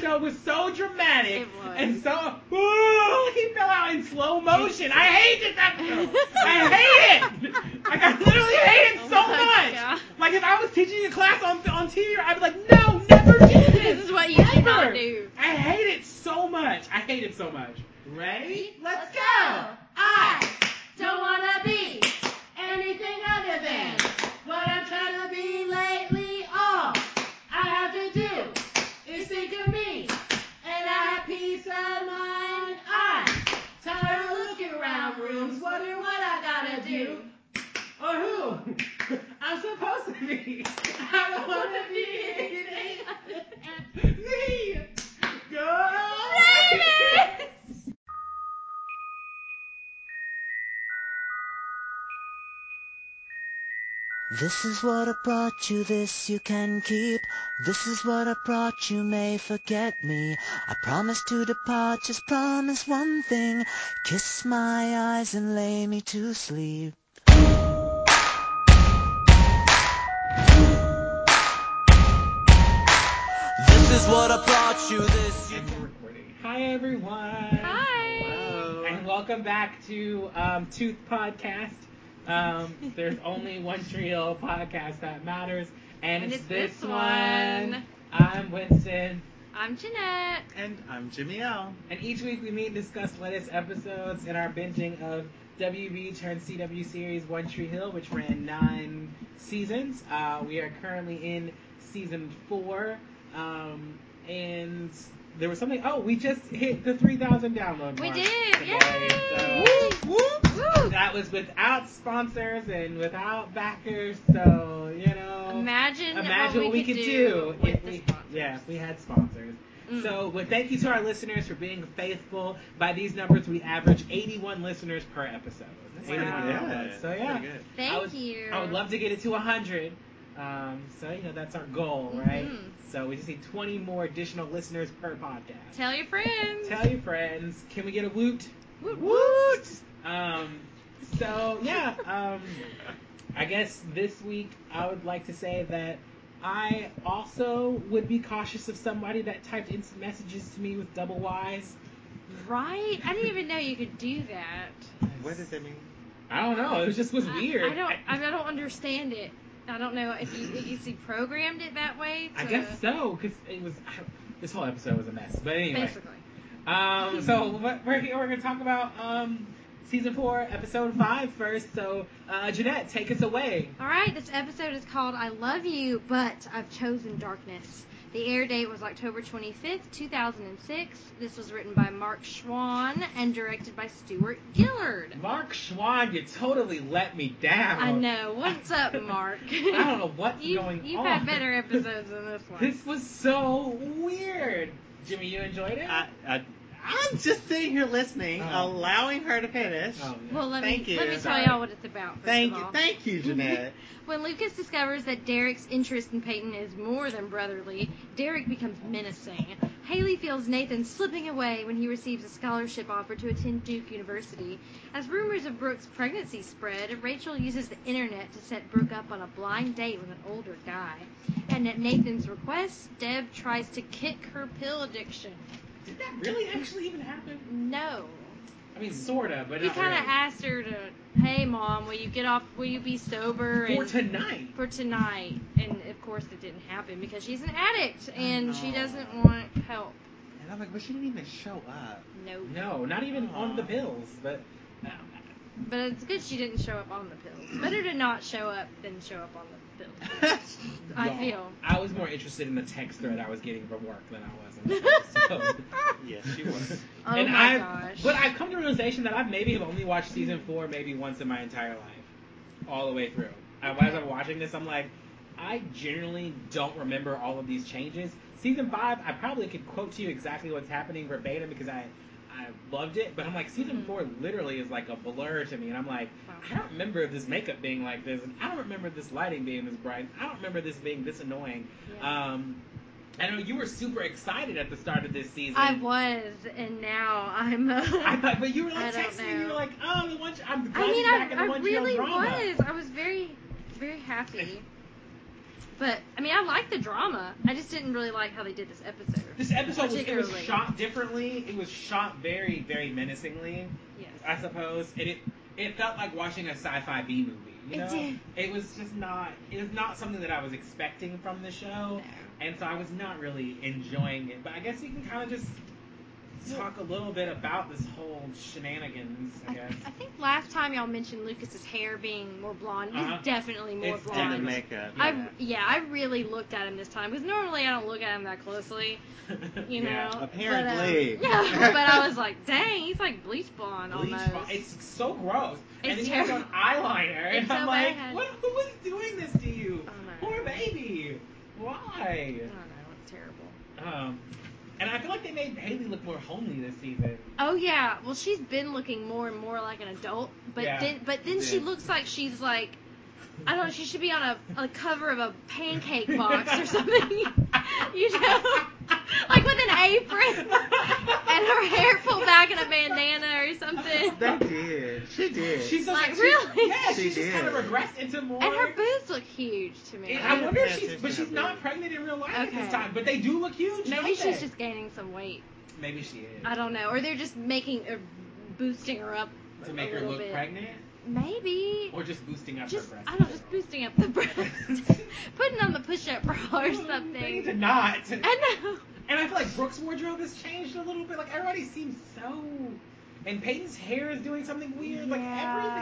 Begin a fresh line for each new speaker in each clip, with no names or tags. show was so dramatic
It was.
and so ooh, he fell out in slow motion. I hated that show. I hate it. Like I literally hate it
Oh
so
my
much.
God.
Like if I was teaching a class on on TV, I'd be like, no, never do this.
This is what you should not
Ever.
do.
I hate it so much. I hate it so much. Ready?
Let's go.
I.
Don't wanna be anything other than what I'm trying to be lately. All I have to do is think of me, and I have peace of mind. I'm tired of looking around rooms, wondering what I gotta do or
Oh,
who I'm supposed to be. I don't wanna be anything other than me.
Go.
This is what I brought you, this you can keep. This is what I brought you, may forget me. I promise to depart, just promise one thing. Kiss my eyes and lay me to sleep. This is what I brought you, this you
And we're recording. Hi everyone.
Hi.
And welcome back to um, Tooth Podcast. Um, there's only one Tree Hill podcast that matters, and,
And
it's,
it's
this,
this
one.
one.
I'm Winston,
I'm Jeanette.
And I'm Jimmy L.
and each week we meet and discuss latest episodes in our binging of WB turned CW series One Tree Hill, which ran nine seasons. Uh, we are currently in season four, um, and there was something. Oh, we just hit the 3,000 download
We
mark
did.
today,
Yay.
so-
Woo.
That was without sponsors and without backers, so you know.
Imagine,
imagine
what we, could, do,
if
with
we,
the sponsors.
yeah, if we had sponsors.
Mm.
So, well, thank you to our listeners for being faithful. By these numbers, we average 81 listeners per episode.
pretty
Wow.
good.
So yeah,
Pretty good.
Thank
I would-
you.
I would love to get it to 100. Um, so you know that's our goal, right?
Mhm.
So we just need 20 more additional listeners per podcast.
Tell your friends.
Tell your friends. Can we get a woot?
Woot,
Woot! Um, so yeah, um, I guess this week I would like to say that I also would be cautious of somebody that typed instant messages to me with double Y's.
Right? I didn't even know you could do that.
What does that mean?
I don't know. It was- just was
I-
weird.
I, don't. I, mean, I don't understand it. I don't know if you if you see programmed it that way. To,
I guess so because it was. this whole episode was a mess. But anyway,
Basically.
Um, so what we're here, we're gonna talk about um, season four, episode five first. So uh, Jeanette, take us away.
All right, this episode is called I Love You, but I've Chosen Darkness. The air date was October 25th, 2006. This was written by Mark Schwann and directed by Stuart Gillard.
Mark Schwann, you totally let me down.
I know. What's up, Mark?
I don't know what's
you've,
going
you've
on.
had better episodes than this one.
This was so weird. Jimmy, you enjoyed it?
I, I, I'm just sitting here listening,
Oh.
allowing her to finish.
oh, yeah.
well, let
Thank
me
you.
let me tell
Sorry.
y'all what it's about. First
Thank
of
you,
all.
thank you, Jeanette.
Mm-hmm. When Lucas discovers that Derek's interest in Peyton is more than brotherly, Derek becomes menacing. Haley feels Nathan slipping away when he receives a scholarship offer to attend Duke University. As rumors of Brooke's pregnancy spread, Rachel uses the internet to set Brooke up on a blind date with an older guy. And at Nathan's request, Deb tries to kick her pill addiction.
Did that really actually even happen?
No.
I mean, sorta, but
He
not
kind of
really.
asked her to, hey mom, will you get off, will you be sober?
for
and-
tonight.
for tonight. And of course, it didn't happen because she's an addict and she
no.
doesn't want help.
and I'm like, but she didn't even show up.
Nope.
No, not even on the pills, but.
But it's good she didn't show up on the pills. Better to not show up than show up on the pills. I
Y'all,
feel.
I was more interested in the text thread I was getting from work than I was in the show, so.
yes, she was.
Oh
and
my
I've,
gosh.
But I've come to the realization that I've maybe have only watched season four maybe once in my entire life, all the way through. And as I'm watching this, I'm like, I generally don't remember all of these changes. Season five, I probably could quote to you exactly what's happening verbatim because I, I loved it. But I'm like, season
Mhm.
four literally is like a blur to me, and I'm like,
Wow.
I don't remember this makeup being like this, and I don't remember this lighting being this bright. I don't remember this being this annoying.
Yeah.
Um, I know you were super excited at the start of this season.
I was, and now I'm. Uh,
I thought, but you were
I
like
don't
texting me. You
know.
were like, oh, the one. I'm glad
I mean,
you're back
I,
in the
I
one
really
drama.
was. I was very, very happy. But I mean, I like the drama. I just didn't really like how they did this episode.
This episode was, it was
Particularly.
shot differently. It was shot very, very menacingly,
Yes.
I suppose. And it it felt like watching a sci-fi B movie. You know?
It did.
It was just not. It was not something that I was expecting from the show,
No.
and so I was not really enjoying it. But I guess you can kind of just talk a little bit about this whole shenanigans. I
I,
guess
I think last time y'all mentioned Lucas's hair being more blonde. It was
Uh-huh.
definitely more
It's
And the
blonde.
definitely-
makeup.
I
yeah.
yeah, I really looked at him this time because normally I don't look at him that closely, you
Yeah.
know.
apparently.
but, uh, yeah, but I was like, dang, he's like bleach blonde
Bleach
almost.
bo- It's so gross. and then
It's
he has on
terrible.
eyeliner, and
It's
I'm
so
like,
bad. Oh
what? Who is doing this to you?
I don't know.
Poor baby. Why?
I don't know, it's terrible.
Um, and I feel like they made Haley look more homely this season.
Oh yeah, well she's been looking more and more like an adult, but
Yeah.
then but then she
Yeah.
looks like she's like I don't know, she should be on a, a cover of a pancake box or something, you know, like with an apron and her hair pulled back in a bandana or something,
They did. She did.
She's just
Like,
she-
really?
yeah,
She
she's just
did.
kind of regressed into more.
and her boobs look huge to me.
I wonder if
Yeah,
she's, but
she's
she's
not
not pregnant in real life at this
Okay.
time. But they do look huge.
Maybe
don't
she's
they?
just gaining some weight.
Maybe she is.
I don't know, or they're just making or boosting her up
to make
a
her
little
look
bit.
pregnant,
Maybe.
or just boosting up
Just
her breasts.
I don't know, just boosting up the breast, putting on the push-up bra or
They need
something.
to not.
I know.
And I feel like Brooke's wardrobe has changed a little bit. Like everybody seems so. And Peyton's hair is doing something weird. Like everything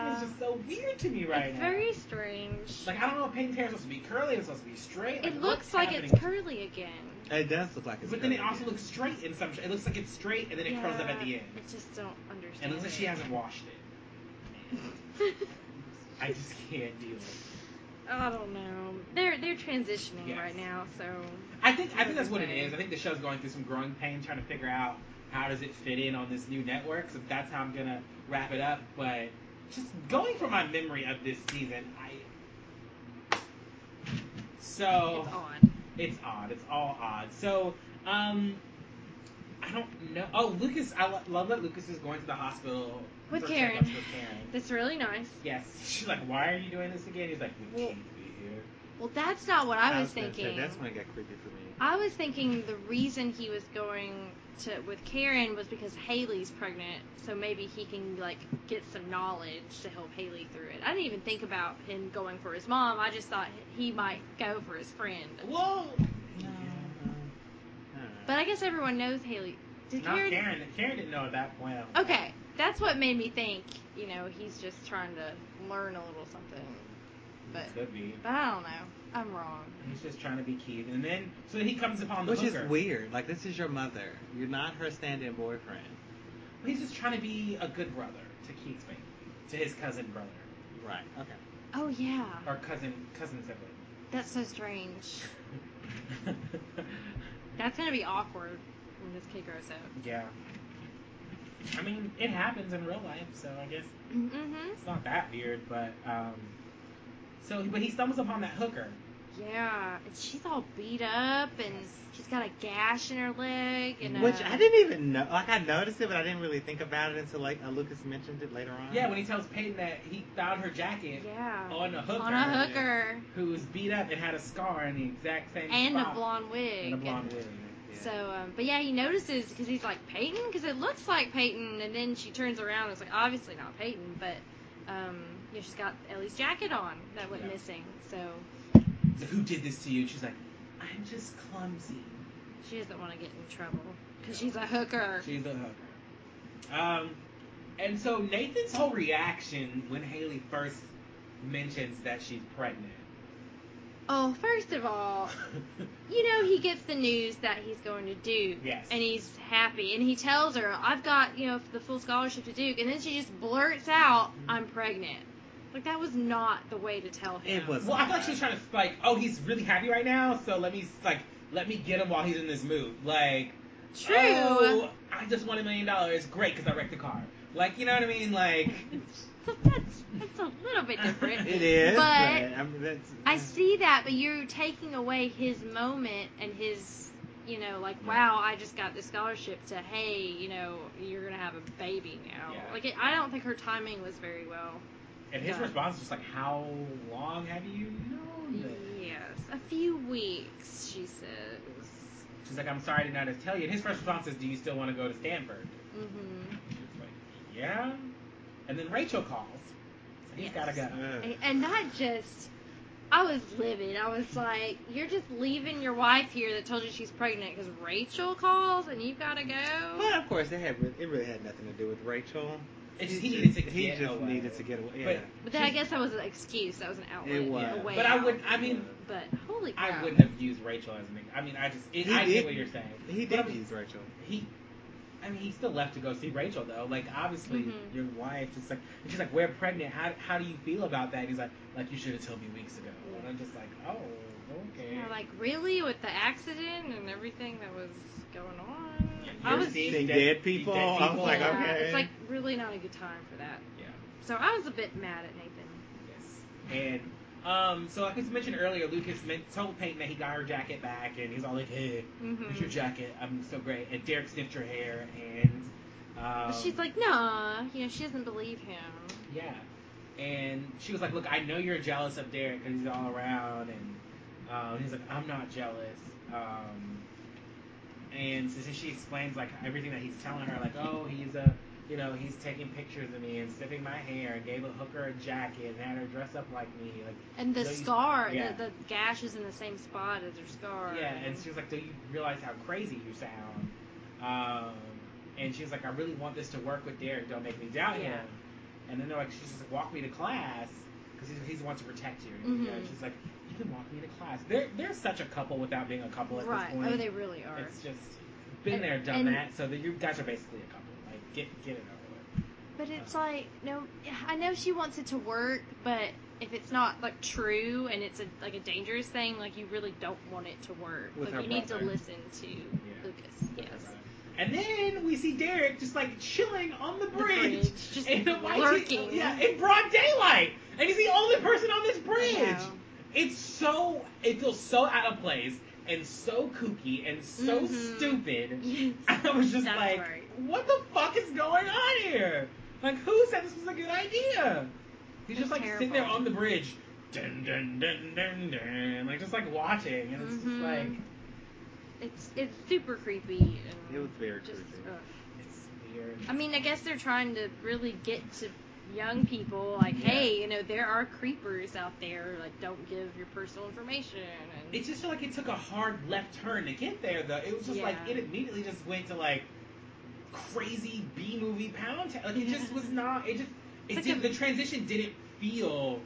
Yeah.
is just so weird to me right
it's
now.
very strange.
Like I don't know if Peyton's hair is supposed to be curly. It's supposed to be straight.
it
what's
looks like
happening?
it's curly again.
It does look like it's.
But then it
curly.
also looks straight in some. It looks like it's straight and then it curls up at the
Yeah,
end.
I just don't understand.
And it looks like she
it.
hasn't washed it. I just can't deal. with
I don't know. They're they're transitioning
Yes.
right now, so
it. I think I think that's what it is. I think the show's going through some growing pains, trying to figure out how does it fit in on this new network. So that's how I'm gonna wrap it up. But just going from my memory of this season, I. So Oh.
it's on.
It's odd. It's all odd. So, um, I don't know. Oh, Lucas. I lo- love that Lucas is going to the hospital
With
for
Karen.
checkups With Karen.
That's really nice.
Yes. She's like, "Why are you doing this again?" He's like, "We
Well,
can't be here."
Well, that's not what I, was
gonna say,
thinking.
that's when it got creepy for me.
I was thinking the reason he was going to with Karen was because Haley's pregnant, so maybe he can like get some knowledge to help Haley through it. I didn't even think about him going for his mom. I just thought he might go for his friend.
Whoa.
Yeah.
But I guess everyone knows Haley. Did
Not
Karen?
Karen. Karen didn't know at that point. I don't
Okay, that's what made me think. You know, he's just trying to learn a little something.
know.
But
Could be.
but I don't know. I'm wrong.
He's just trying to be cute, and then so he comes upon the
Which is
hooker.
weird. Like this is your mother. You're not her stand-in boyfriend.
He's just trying to be a good brother to Keith's baby, to his cousin brother
Right. Okay.
Oh yeah,
or cousin cousin sibling.
that's so strange. That's gonna be awkward when this kid grows up.
Yeah. I mean, it happens in real life, so I guess
Mm-hmm.
it's not that weird, but um so but he stumbles upon that hooker.
Yeah, and she's all beat up, and she's got a gash in her leg, and
Which
uh,
I didn't even know. Like I noticed it, but I didn't really think about it until like uh, Lucas mentioned it later on.
Yeah, when he tells Peyton that he found her jacket
Yeah,
on a hooker
on a hooker
who was beat up and had a scar in the exact same
and a
spot.
blonde wig.
and a blonde wig.
So, um, but yeah, he notices because he's like Peyton, because it looks like Peyton, and then she turns around and it's like obviously not Peyton, but um, you know, she's got Ellie's jacket on that went
Yeah.
missing, so
So who did this to you? She's like, I'm just clumsy.
she doesn't want to get in trouble because she's a hooker.
She's a hooker. Um, and so Nathan's whole reaction when Haley first mentions that she's pregnant.
Oh, first of all, You know, he gets the news that he's going to Duke.
Yes.
And he's happy. And he tells her, I've got, you know, the full scholarship to Duke. And then she just blurts out, I'm pregnant. Like, that was not the way to tell him.
It was.
Well, I thought she was trying to like, oh, he's really happy right now, so let me like let me get him while he's in this mood. Like,
True.
Oh, I just won a million dollars. Great, because I wrecked the car. Like, you know what I mean? Like,
So that's, that's a little bit different.
It is.
But-
I, mean, that's,
I see that, but you're taking away his moment and his, you know, like, wow, I just got the scholarship to, hey, you know, you're going to have a baby now.
Yeah.
Like, it, I don't think her timing was very well.
and his
Yeah.
response was like, how long have you known? this?
Mm-hmm.
Yeah. yes. A few weeks, she says.
She's like, I'm sorry I didn't know how to tell you. And his first response is, Do you still want to go to Stanford?
Mm-hmm.
She's like, Yeah. And then Rachel calls. So he's
Yes.
gotta go.
Ugh.
And, and not just. I was livid. I was like, "You're just leaving your wife here that told you she's pregnant because Rachel calls and you gotta go."
But of course, it had re- it really had nothing to do with Rachel.
It's just,
He
he needed to get
just- he just
away.
needed to get away.
But-
Yeah.
But then I guess that was an excuse. That was an outlet.
It was.
a way
But I
out.
would- I mean-
But holy
I
crap!
wouldn't have used Rachel as an. ex- I mean, I just. It,
He
I get
did.
what you're saying.
He
But I
did
mean,
use Rachel.
He. I mean, he still left to go see Rachel though. Like, obviously,
Mhm.
your wife. It's like and she's like, we're pregnant. How, how do you feel about that? And he's like, like you should have told me weeks ago. And I'm just like, oh, okay.
Yeah, like really with the accident and everything that was going on. I
You're
was
seeing
Seeing dead people?
dead
I was
people.
like,
yeah,
okay.
It's like really not a good time for that.
Yeah.
So I was a bit mad at Nathan.
Yes. And um, so like I mentioned earlier, Lucas meant, told Peyton that he got her jacket back, and he's all like, "Hey,
hmm
here's your jacket. I'm so great." And Derek sniffed her hair, and um,
But she's like, nah, you know, she doesn't believe him.
"Yeah." And she was like, "Look, I know you're jealous of Derek because he's all around," and um, he's like, "I'm not jealous." Um, and so she explains like everything that he's telling her, like, "Oh, he's a." You know, he's taking pictures of me and sniffing my hair and gave a hooker a jacket and had her dress up like me. Like,
And the
No, you-
scar,
yeah.
the, the gash is in the same spot as her scar.
Yeah, and she was like, "Do you realize how crazy you sound?" Um, and she was like, "I really want this to work with Derek. Don't make me doubt
Yeah.
him." And then they're like, "She's just like, walk me to class because he's, he's the one to protect you." You know,
Mhm.
she's like, "You can walk me to class." They're they're such a couple without being a couple at
right.
this point.
Oh, they really are.
It's just been
And-
there, done
and-
that. So that you guys are basically a couple. Like, get get it over with.
But it's like, no, I know she wants it to work, but if it's not like true and it's a like a dangerous thing, like you really don't want it to work.
With her
like you need to
brother.
listen to Lucas. Yes.
And then we see Derek just like chilling on the
The
bridge.
just
in the white
lurking.
yeah, in broad daylight, and he's the only person on this bridge.
I know.
It's so it feels so out of place and so kooky and so
Mhm.
stupid.
Yes.
I was just
That's
like,
right.
what the fuck is going on here? Like, who said this was a good idea? He's
It's
just like sitting there
terrible.
on the bridge, dun dun dun dun dun, like just like watching, and it's just
Mhm.
like
It's it's super creepy. And
It was very
just,
creepy.
ugh.
it's weird.
I mean, I guess they're trying to really get to young people, like,
Yeah.
hey, you know, there are creepers out there. Like, don't give your personal information. And
It just felt like it took a hard left turn to get there, though. It was just like
Yeah.
it immediately just went to like crazy B movie pound town. Like it just
Yeah.
was not. It just it
It's like
did,
a-
the transition didn't feel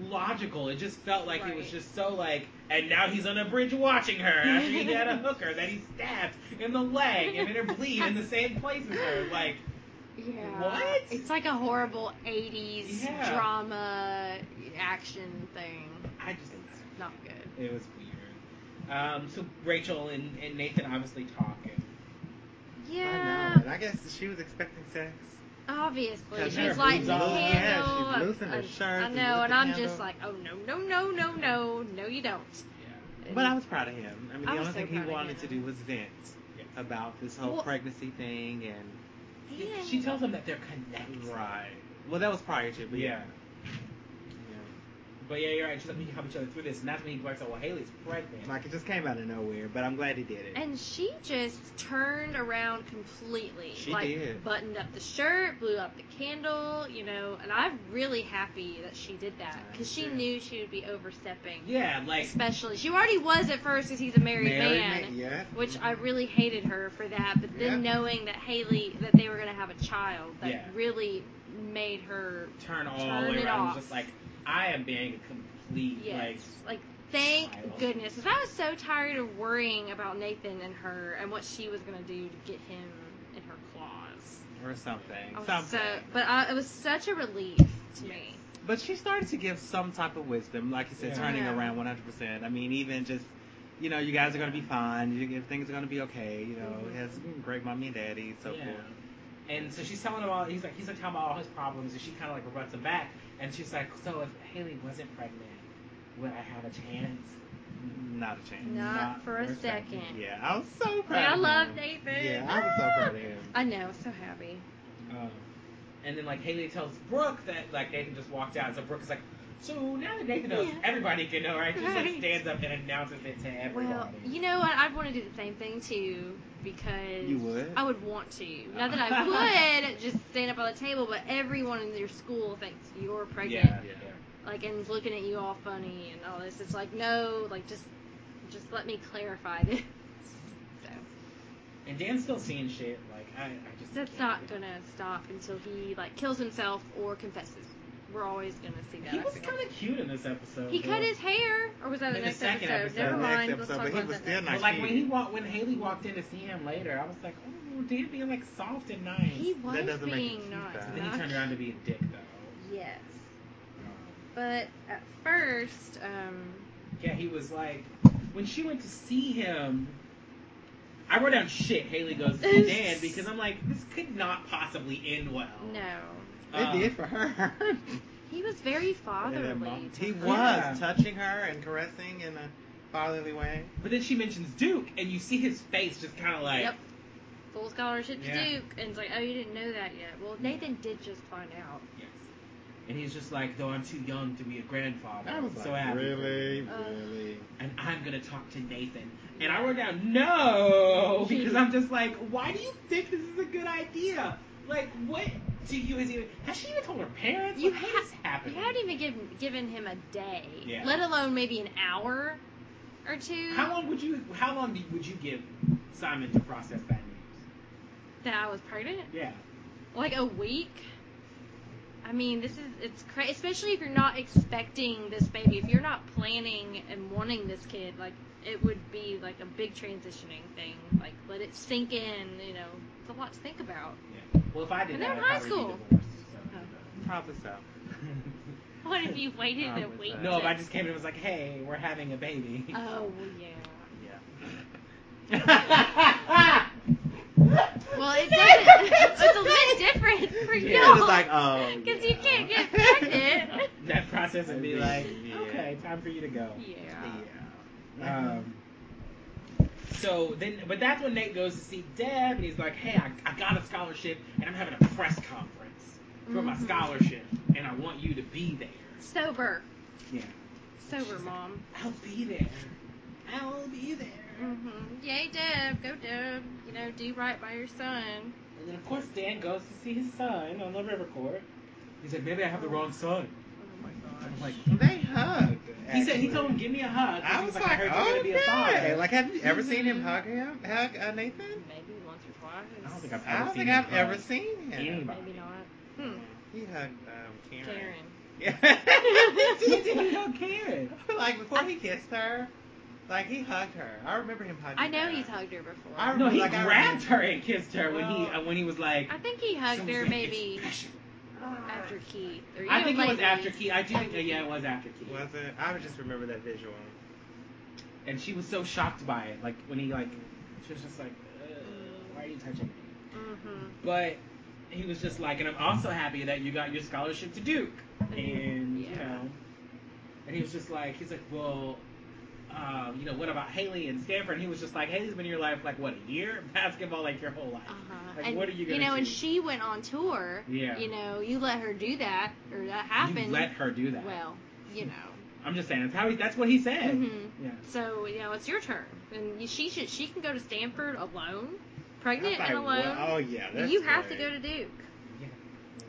logical. It just felt like it was
Right.
just so like. And now he's on a bridge watching her after he had a hooker that he stabbed in the leg and made her bleed in the same place as her. Like
Yeah.
What?
It's like a horrible 80s
Yeah.
drama action thing.
I just
It's not good.
It was weird. Um, so Rachel and, and Nathan obviously talking.
I know.
Yeah.
And I guess she was expecting sex.
Obviously.
Cause
She's
her
like,
boobs
the
all-
handle.
yeah, she's loosened her
I,
shirts
I
and
know,
looked
and
at
I'm
handle.
just like, oh, no, no, no, no, no. No, you don't.
But I was proud of him. I mean,
I
the
was
only
so
thing he
proud of
wanted to
him.
do was vent
Yes.
about this whole
Well-
pregnancy thing and.
Yeah.
She tells him that they're connected.
Right. Well, that was prior to, but yeah.
Yeah. But yeah, you're right. She's like, we can help each other through this. And that's when he blurts out, well, Haley's pregnant.
Like, it just came out of nowhere, but I'm glad he did it.
And she just turned around completely.
She
like
did.
buttoned up the shirt, blew up the candle, you know. And I'm really happy that she did that because she
Yeah.
knew she would be overstepping.
yeah, like,
Especially, she already was at first because he's a married, man,
ma- yeah.
which I really hated her for that. But then
Yeah.
knowing that Haley that they were gonna have a child, that
Yeah.
really made her
turn all
Turn
the way
it
around.
off.
Just like, I am being a complete, like,
Yes. Like, thank
child.
goodness. Because I was so tired of worrying about Nathan and her and what she was going to do to get him in her claws.
Or something.
I was
something.
so, but I, it was such a relief to me.
But she started to give some type of wisdom, like you said,
Yeah.
turning
Yeah.
around 100%. I mean, even just, you know, you guys are going to be fine. You, things are going to be okay. You know,
Mhm.
he has great mommy and daddy, so
Yeah.
forth.
And so she's telling him all. He's like, he's like talking about all his problems, and she kind of like rebuts him back. And she's like, so if Haley wasn't pregnant, would I have a chance?
Not a chance.
Not, for a
for a
second.
second.
Yeah, I was so proud.
Like, I
of
love
him.
Nathan.
Yeah, I was so
Ah!
proud of him.
I know, so happy.
Oh.
Um, and then like Haley tells Brooke that like Nathan just walked out. So Brooke is like, So now that Nathan knows,
Yeah.
everybody can know, right? Just like
Right.
stands up and announces it to everybody.
Well, you know what? I'd want to do the same thing too because
You would?
I would want to. Not that I would just stand up on the table, but everyone in your school thinks you're pregnant,
yeah,
Yeah.
like and is looking at you all funny and all this. It's like no, like just just let me clarify this. So
and Dan's still seeing shit. Like I, I just
that's not gonna stop until he like kills himself or confesses. We're always gonna see that.
He
I
was
feel.
kind of cute in this episode.
He cut
though.
his hair, or was that the
In the
next
second episode.
Never
The
next
mind.
episode,
Let's talk
but he
about
was
that
still
next.
nice.
But like
Nice
when
kid.
he walked, when Haley walked in to see him later, I was like, oh, Dan being like soft and nice.
He was
doesn't make
being
it
nice.
bad.
And then he turned around to be a dick though.
Yes. But at first, um,
Yeah, he was like, when she went to see him, I wrote down shit. Haley goes to see Dan because I'm like, this could not possibly end well.
no.
Um,
It did for her.
He was very fatherly. to
he was
her.
Yeah.
touching her and caressing in a fatherly way.
But then she mentions Duke, and you see his face just kind of like,
Yep. Full scholarship to
Yeah.
Duke. And it's like, oh, you didn't know that yet. Well, Nathan did just find out.
yes. And he's just like, though I'm too young to be a grandfather.
I was
I'm
like,
so happy.
really,
Uh,
really.
And I'm gonna talk to Nathan. And I wrote down no because I'm just like, why do you think this is a good idea? Like, what do you is even has she even told her parents?
You
like,
ha-
what is happening?
You haven't even given, given him a day,
Yeah.
let alone maybe an hour or two.
How long would you? How long do- would you give Simon to process that news?
That I was pregnant.
Yeah.
like a week. I mean, this is it's crazy, especially if you're not expecting this baby. If you're not planning and wanting this kid, like it would be like a big transitioning thing. Like let it sink in. You know, it's a lot to think about.
Yeah. Well, if I did
And
that,
they're
I'd
in high
probably
school.
be divorced. So.
Probably so.
What if you waited
Um,
a
with
week?
that-
No,
to-
if I just came in and was like, hey, we're having a baby.
Oh well, yeah.
yeah.
Well, it doesn't. it's a little different for
Yeah,
y'all.
it's like, oh.
because you
yeah.
can't get pregnant.
that process would be
Yeah.
like, okay, time for you to go.
yeah.
Yeah.
Um, so then, but that's when Nate goes to see Deb, and he's like, "Hey, I, I got a scholarship, and I'm having a press conference for my
Mhm.
scholarship, and I want you to be there."
Sober,
Yeah,
sober mom.
I'll be there. I'll be there.
Mm-hmm. Yay, Deb. Go, Deb. You know, do right by your son.
And then, of course, Dan goes to see his son on the river court. He's like, "Maybe I have the wrong son." Oh I'm like,
They hugged.
he said he
actually.
told him, "Give me a hug." 'cause
I
he
was
"I
like,
heard you're
oh,
gonna be a father."
Like, have you ever seen him
Mhm.
hug him? Hug uh, Nathan?
Maybe once or twice.
I don't think I've
I
ever
don't
seen
think
him
I've
hug
ever seen him.
anybody.
Maybe not. Hmm.
He hugged um, Karen.
Karen.
He did.
Yeah.
He hugged Karen.
like before he kissed her, like he hugged her. I remember him hugging.
I know
her.
he's hugged her before.
I
I,
No, he
Like, I
grabbed
remember-
her and kissed her when he
Well-
uh, when he was like.
think he hugged her maybe after Keith. Or
I
you
think
know,
it was
maybe.
after Key. I do think yeah, it was after Key.
Was it? I would just remember that visual.
And she was so shocked by it, like when he like, she was just like, "Uh, why are you touching me?
Mm-hmm.
But he was just like, and I'm also happy that you got your scholarship to Duke, and you
Yeah.
know, and he was just like, he's like, well. Um, you know what about Haley and Stanford? And he was just like, Haley's been in your life like what a year basketball, like your whole life.
Uh-huh.
Like,
and,
what are you
You
gonna
know, and
do?
she went on tour.
Yeah.
You know, you let her do that, or that happened.
You let her do that.
Well, you know.
I'm just saying that's how he, that's what he said.
hmm
Yeah.
So you know, it's your turn, and you- she should she can go to Stanford alone, pregnant
I
and
was like,
alone.
well, oh yeah, that's
you have to
great.
go to Duke.
Yeah.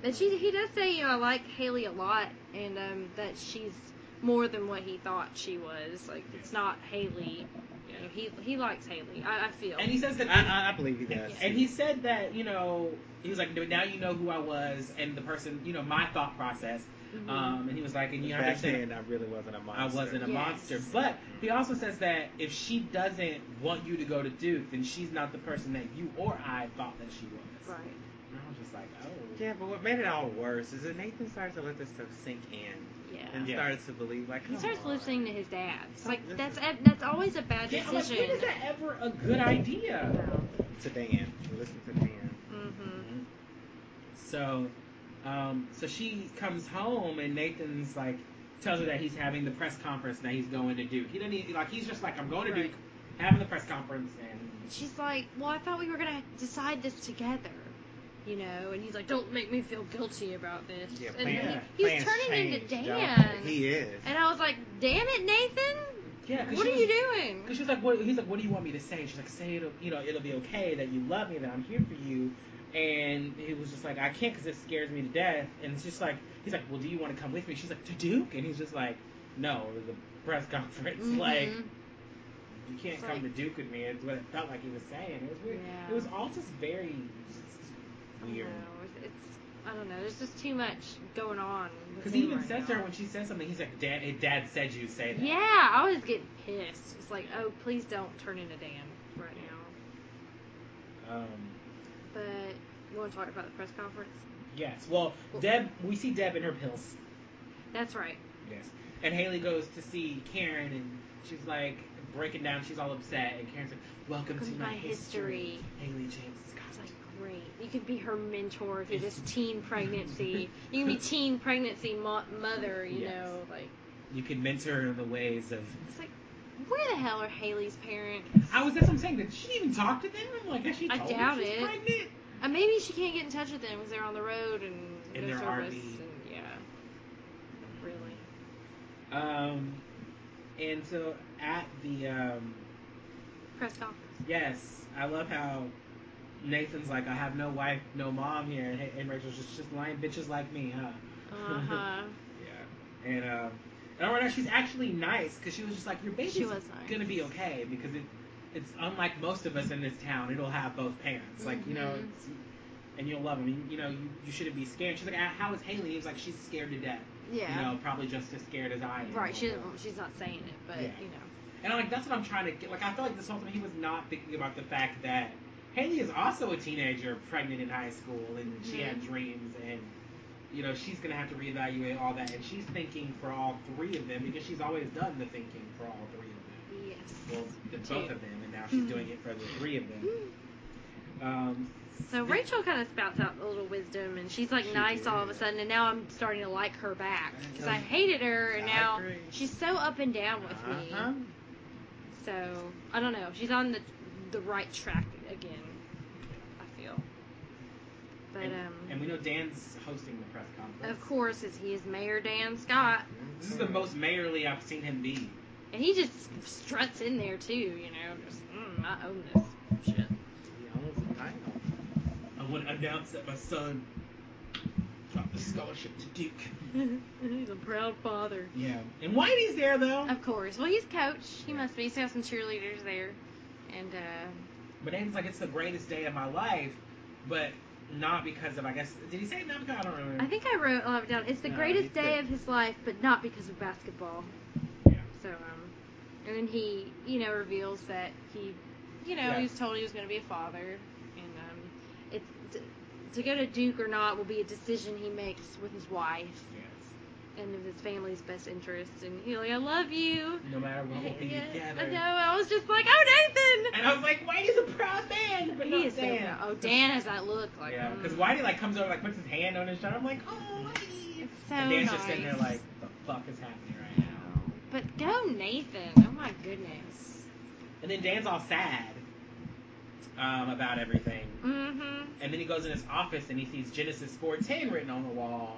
But she he does say, you know, I like Haley a lot and um that she's more than what he thought she was. Like it's not Haley. You know, he he likes Haley. I, I feel.
And he says that
I, I, I believe he does.
And he said that, you know, he was like, now you know who I was and the person, you know, my thought process.
Mhm.
Um, and he was like, and you
back
understand
then I really wasn't a
I
monster.
wasn't a
Yes.
monster. But he also says that if she doesn't want you to go to Duke, then she's not the person that you or I thought that she was.
right.
And I was just like, oh.
Yeah, but what made it all worse is that Nathan started to let this stuff sink in
Yeah.
and
Yeah.
started to believe like
He
come
starts
on.
listening to his dad. It's like
This
that's
is-
ev- that's always a bad
Yeah, I'm like,
decision.
when is that ever a good idea?
to Dan. Listen to Dan.
Mm-hmm.
So, um, so she comes home and Nathan's like tells her that he's having the press conference and that he's going to Duke. He doesn't even, like he's just like I'm going to
Right.
Duke, having the press conference and
She's like, well, I thought we were gonna decide this together. you know, and he's like, don't make me feel guilty about this.
Yeah,
and
plan-
he-
yeah,
he's
plans
turning
change,
into
don't
Dan.
they? He is.
And I was like, damn it, Nathan.
Yeah, 'cause
What
she
are
was-
you doing?
Because she's like, what, he's like, what do you want me to say? She's like, say it, you know, it'll be okay that you love me, that I'm here for you. And he was just like, I can't because it scares me to death. And it's just like, he's like, well, do you want to come with me? She's like, to Duke? And he's just like, no, it was a press conference. Like,
Mhm.
you can't
It's
come
like-
to Duke with me. It's what it felt like he was saying. It was weird.
Yeah.
It was all just very
I don't
weird.
know, it's- it's- I don't know. There's just too much going on. with
Because
him
he even
right
says to
now.
her when she says something, he's like, Dad, eh, Dad said you say that.
Yeah, I always get pissed. It's like, oh, please don't turn into Dan right now.
Um,
But you want to talk about the press conference?
yes. Well,
Well-
Deb, we see Deb in her pills.
That's right.
Yes. And Haley goes to see Karen, and she's like breaking down. She's all upset, and Karen's like, "Welcome to
Welcome
my
to my
history,
history."
Haley James
It's
Scott."
like great. You could be her mentor through this teen pregnancy. You can be teen pregnancy mo- mother. You
Yes.
know, like
You can mentor her in the ways of.
it's like, where the hell are Haley's parents?
I was that's what I'm saying. Did she even talk to them? I'm like, has she
I
told them
doubt
she's
it.
pregnant?
Uh, maybe she can't get in touch with them because they're on the road and
In
no
their
service.
RV.
And, yeah, really.
Um, and so at the um,
Press conference.
yes, I love how Nathan's like, "I have no wife, no mom here," and, and Rachel's just just lying bitches like me, huh?
Uh huh.
Yeah. And um, and right now she's actually nice because she was just like, your baby's
She was nice.
gonna be okay because it, it's unlike most of us in this town. It'll have both parents, like you know,
Mhm.
it's, and you'll love them. And, you know, you, you shouldn't be scared. She's like, "Ah, how is Haley? He was like, she's scared to death.
yeah.
You know, probably just as scared as I am.
right. She doesn't, she's not saying it, but
Yeah.
you know.
And I'm like, that's what I'm trying to get. Like, I feel like this whole time he was not thinking about the fact that Haley is also a teenager, pregnant in high school, and she had
Mm-hmm.
dreams, and you know she's gonna have to reevaluate all that, and she's thinking for all three of them because she's always done the thinking for all three of them.
Yes.
Well, the both of them, and now
Mm-hmm.
she's doing it for the three of them. Um,
So Rachel kind of spouts out a little wisdom, and she's like
She
nice all of a
did.
sudden, and now I'm starting to like her back because I
Uh-huh.
hated her, and
I
now
agree.
she's so up and down with
uh-huh.
me. So I don't know. She's on the the right track again. I feel. But
and,
um,
and we know Dan's hosting the press conference.
of course, as he is Mayor Dan Scott,
This is the most mayorly I've seen him be.
and he just struts in there too. You know, just mm, I own this shit.
He owns the title.
I want to announce that my son dropped the scholarship to Duke.
He's a proud father.
Yeah. And Whitey's there though.
Of course. Well, he's coach. He must be. He's got some cheerleaders there, and uh,
But Aiden's like, it's the greatest day of my life, but not because of I guess did he say not because I don't remember.
I think I wrote all of it down. It's the
No,
greatest
he's
day
good.
of his life, but not because of basketball.
Yeah.
So, um, and then he, you know, reveals that he, you know,
Yeah.
he was told he was going to be a father, and um, it's to, to go to Duke or not will be a decision he makes with his wife
yes.
and of his family's best interests. And he's like, I love you.
No matter what, we'll be
Yeah,
together.
I know. I was just like, oh Nathan.
And I was like, Whitey's a proud man, but
he
not
is so
Dan.
proud. Oh, Dan has that look. Like,
Yeah,
mm.
because Whitey like comes over, like puts his hand on his shoulder. I'm like, oh, Whitey.
It's so
and Dan's
nice.
just sitting there like, the fuck is happening right now?
But go Nathan. Oh my goodness.
And then Dan's all sad um, about everything.
Mm-hmm.
And then he goes in his office and he sees Genesis 410 written on the wall.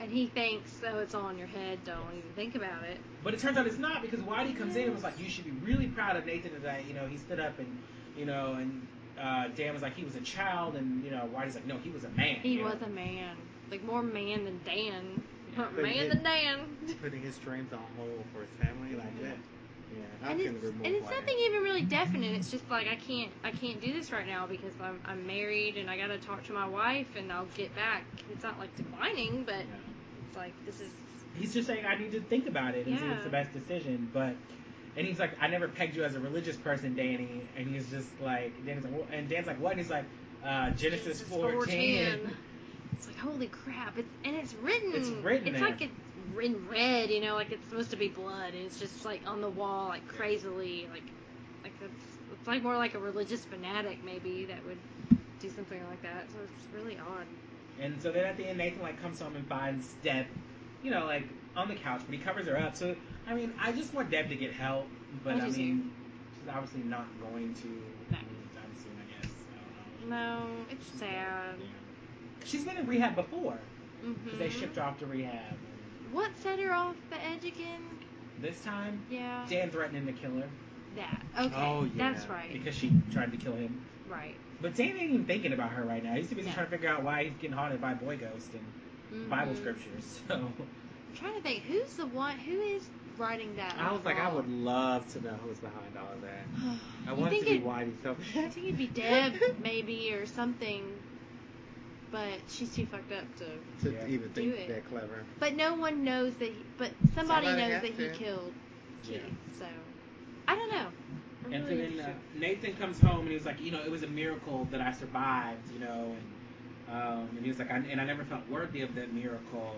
And he thinks, oh, it's all in your head. Don't even think about it.
But it turns out it's not because Whitey comes in and was like, "You should be really proud of Nathan today." You know, he stood up and, you know, and uh, Dan was like, "He was a child," and you know, Whitey's like, "No, he was a man."
He
you know?
was a man, like more man than Dan. More
But
man
it-
than Dan.
Putting his dreams on hold for his family like that. Yeah, I
And
can
it's,
remove
and it's
like
nothing even really definite. It's just like I can't I can't do this right now because I'm I'm married and I gotta talk to my wife and I'll get back. It's not like declining, but
Yeah.
it's like this is
He's just saying, "I need to think about it and see what's
Yeah.
the best decision." But, and he's like, "I never pegged you as a religious person, Danny." And he's just like, Dan's like, well, and Dan's like, "What?" And he's like, uh, "Genesis
Genesis
410."
4:10. It's like holy crap! It's and it's written.
It's written
It's
there.
like it's in red, you know, like it's supposed to be blood, and it's just like on the wall, like crazily, like like it's, it's like more like a religious fanatic maybe that would do something like that. So it's really odd.
And so then at the end, Nathan like comes home and finds Deb, you know, like on the couch, but he covers her up. So I mean, I just want Deb to get help, but
I
I,
do too.
mean, she's obviously not going to.
No.
Anytime soon, I guess. I don't know.
No, it's sad.
She's been in rehab before. 'cause They
Mhm.
shipped her off to rehab.
Mm-hmm. What set her off the edge again?
This time,
Yeah.
Dan threatening to kill her
That. Okay.
Oh, yeah.
That's right.
because she tried to kill him.
Right.
But Dan ain't even thinking about her right now. He's too busy
No.
trying to figure out why he's getting haunted by boy ghosts and Bible
Mhm.
scriptures. So
I'm trying to think. Who's the one? Who is writing that?
I was like, I would
overall?
love to know who's behind all of that. I
You
want it
think
to be
it-
Whitey so
I think it'd be Deb, maybe, or something. But she's too fucked up to.
to
Yeah.
even
Do it.
think that clever.
But no one knows that. He, but somebody,
Somebody
knows
has
that he
to.
killed
Yeah.
Keith. So I don't know. I'm
And so
really
then uh,
interested.
Nathan comes home and he was like, you know, it was a miracle that I survived, you know, and um, and he was like, I, and I never felt worthy of that miracle.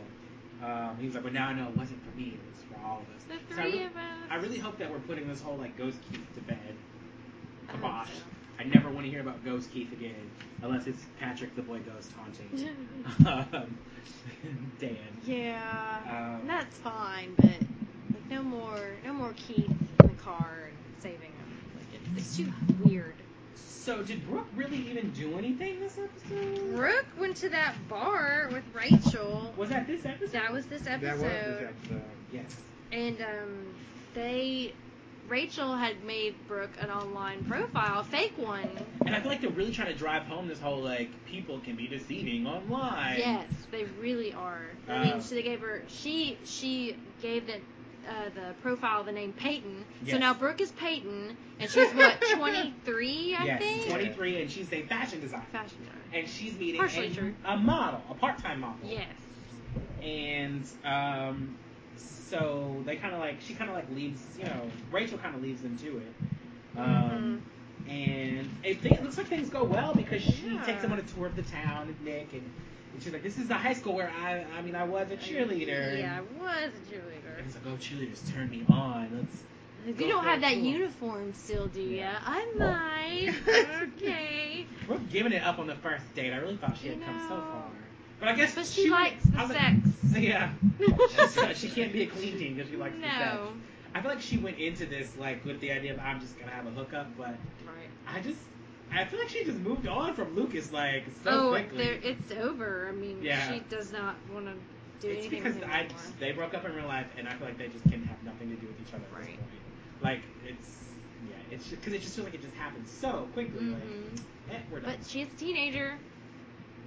Um, he was like, but now I know it wasn't for me; it was for all of us.
the
so I,
three
really,
of us.
I really hope that we're putting this whole like ghost Keith to bed.
I hope
Kibosh.
so.
I never want to hear about Ghost Keith again, unless it's Patrick the Boy Ghost haunting um, Dan.
yeah,
Um,
that's fine. But like, no more, no more Keith in the car and saving him. Like, it's, it's too weird.
So did Brooke really even do anything this episode?
Brooke went to that bar with Rachel.
Was that this episode?
That was this
That
episode.
was this episode.
Yes.
And um, they, Rachel had made Brooke an online profile, a fake one.
And I feel like they're really trying to drive home this whole like people can be deceiving online.
yes, they really are. I
Uh,
mean, she they gave her she she gave the uh, the profile the name Peyton. So
Yes.
now Brooke is Peyton, and she's what twenty three, I
yes.
think.
23, and she's a fashion designer,
Fashion designer.
and she's meeting
Partially
a,
true.
a model, a part-time model.
Yes.
And um, so they kind of like she kind of like leads, you know, Rachel kind of leads them to it. Um, And it, thi- it looks like things go well because she
Mm-hmm. Yeah.
takes them on a tour of the town and Nick and. and She's like, this is the high school where I, I mean, I was a cheerleader.
Yeah, I
And-
was a
And
cheerleader.
he's like, oh, cheerleaders, turn me on. Let's
If
Go
you don't
for
have
it,
that
cool.
uniform still, do ya?
Yeah.
I might. okay.
We're giving it up on the first date. I really thought she had
You
come so
know.
far. But I guess
But she
would-
likes the
I was
sex.
Like, yeah. She's- she can't be a clean team because she likes the sex.
no.
I feel like she went into this like with the idea of I'm just gonna have a hookup, but
Right.
I just I feel like she just moved on from Lucas like so
oh,
quickly.
there- it's over. I mean,
Yeah.
she does not want to do
it's
anything
because
with him
I
anymore.
they broke up in real life, and I feel like they just can have nothing to do with each other. At this
Right.
point. Like it's yeah, it's because it just feels like it just happened so quickly. Like,
Mhm.
eh, we're done.
But she's a teenager,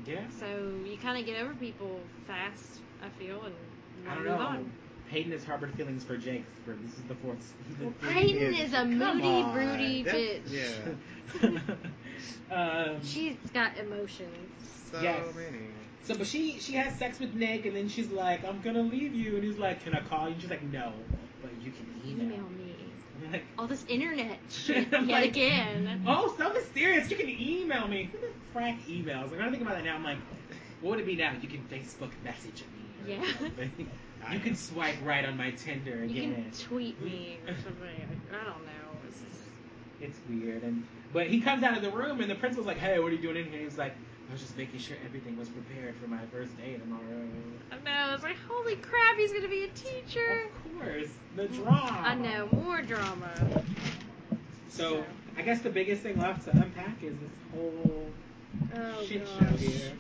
yeah.
so you kind of get over people fast. I feel and
I don't
move
know.
on.
Peyton has harbored feelings for Jake. For, this is the fourth.
Well,
the
Peyton
Yes.
is a
Come
moody,
on.
broody
That's-
bitch.
Yeah.
um,
She's got emotions.
So
Yes.
many.
so, but she she has sex with Nick, and then she's like, "I'm gonna leave you," and he's like, "Can I call you?" And she's like, "No, but you can email."
Email me.
I'm like,
All this internet shit
I'm
yet
like-
again.
oh, so mysterious! You can email me. Who the frack emails? Like, when I think about that now, I'm like, what would it be now? You can Facebook message me. or
Yeah.
something. you can swipe right on my Tinder
You
again.
can tweet me or something. I don't know. It's just-
It's weird. And but he comes out of the room and the principal's like, "Hey, what are you doing in here?" He's like, "I was just making sure everything was prepared for my first day tomorrow."
I know. It's like, holy crap, he's gonna be a teacher.
Of course, the drama.
I know, more drama.
So I guess the biggest thing left to unpack is this whole
Oh,
shit
gosh.
show here.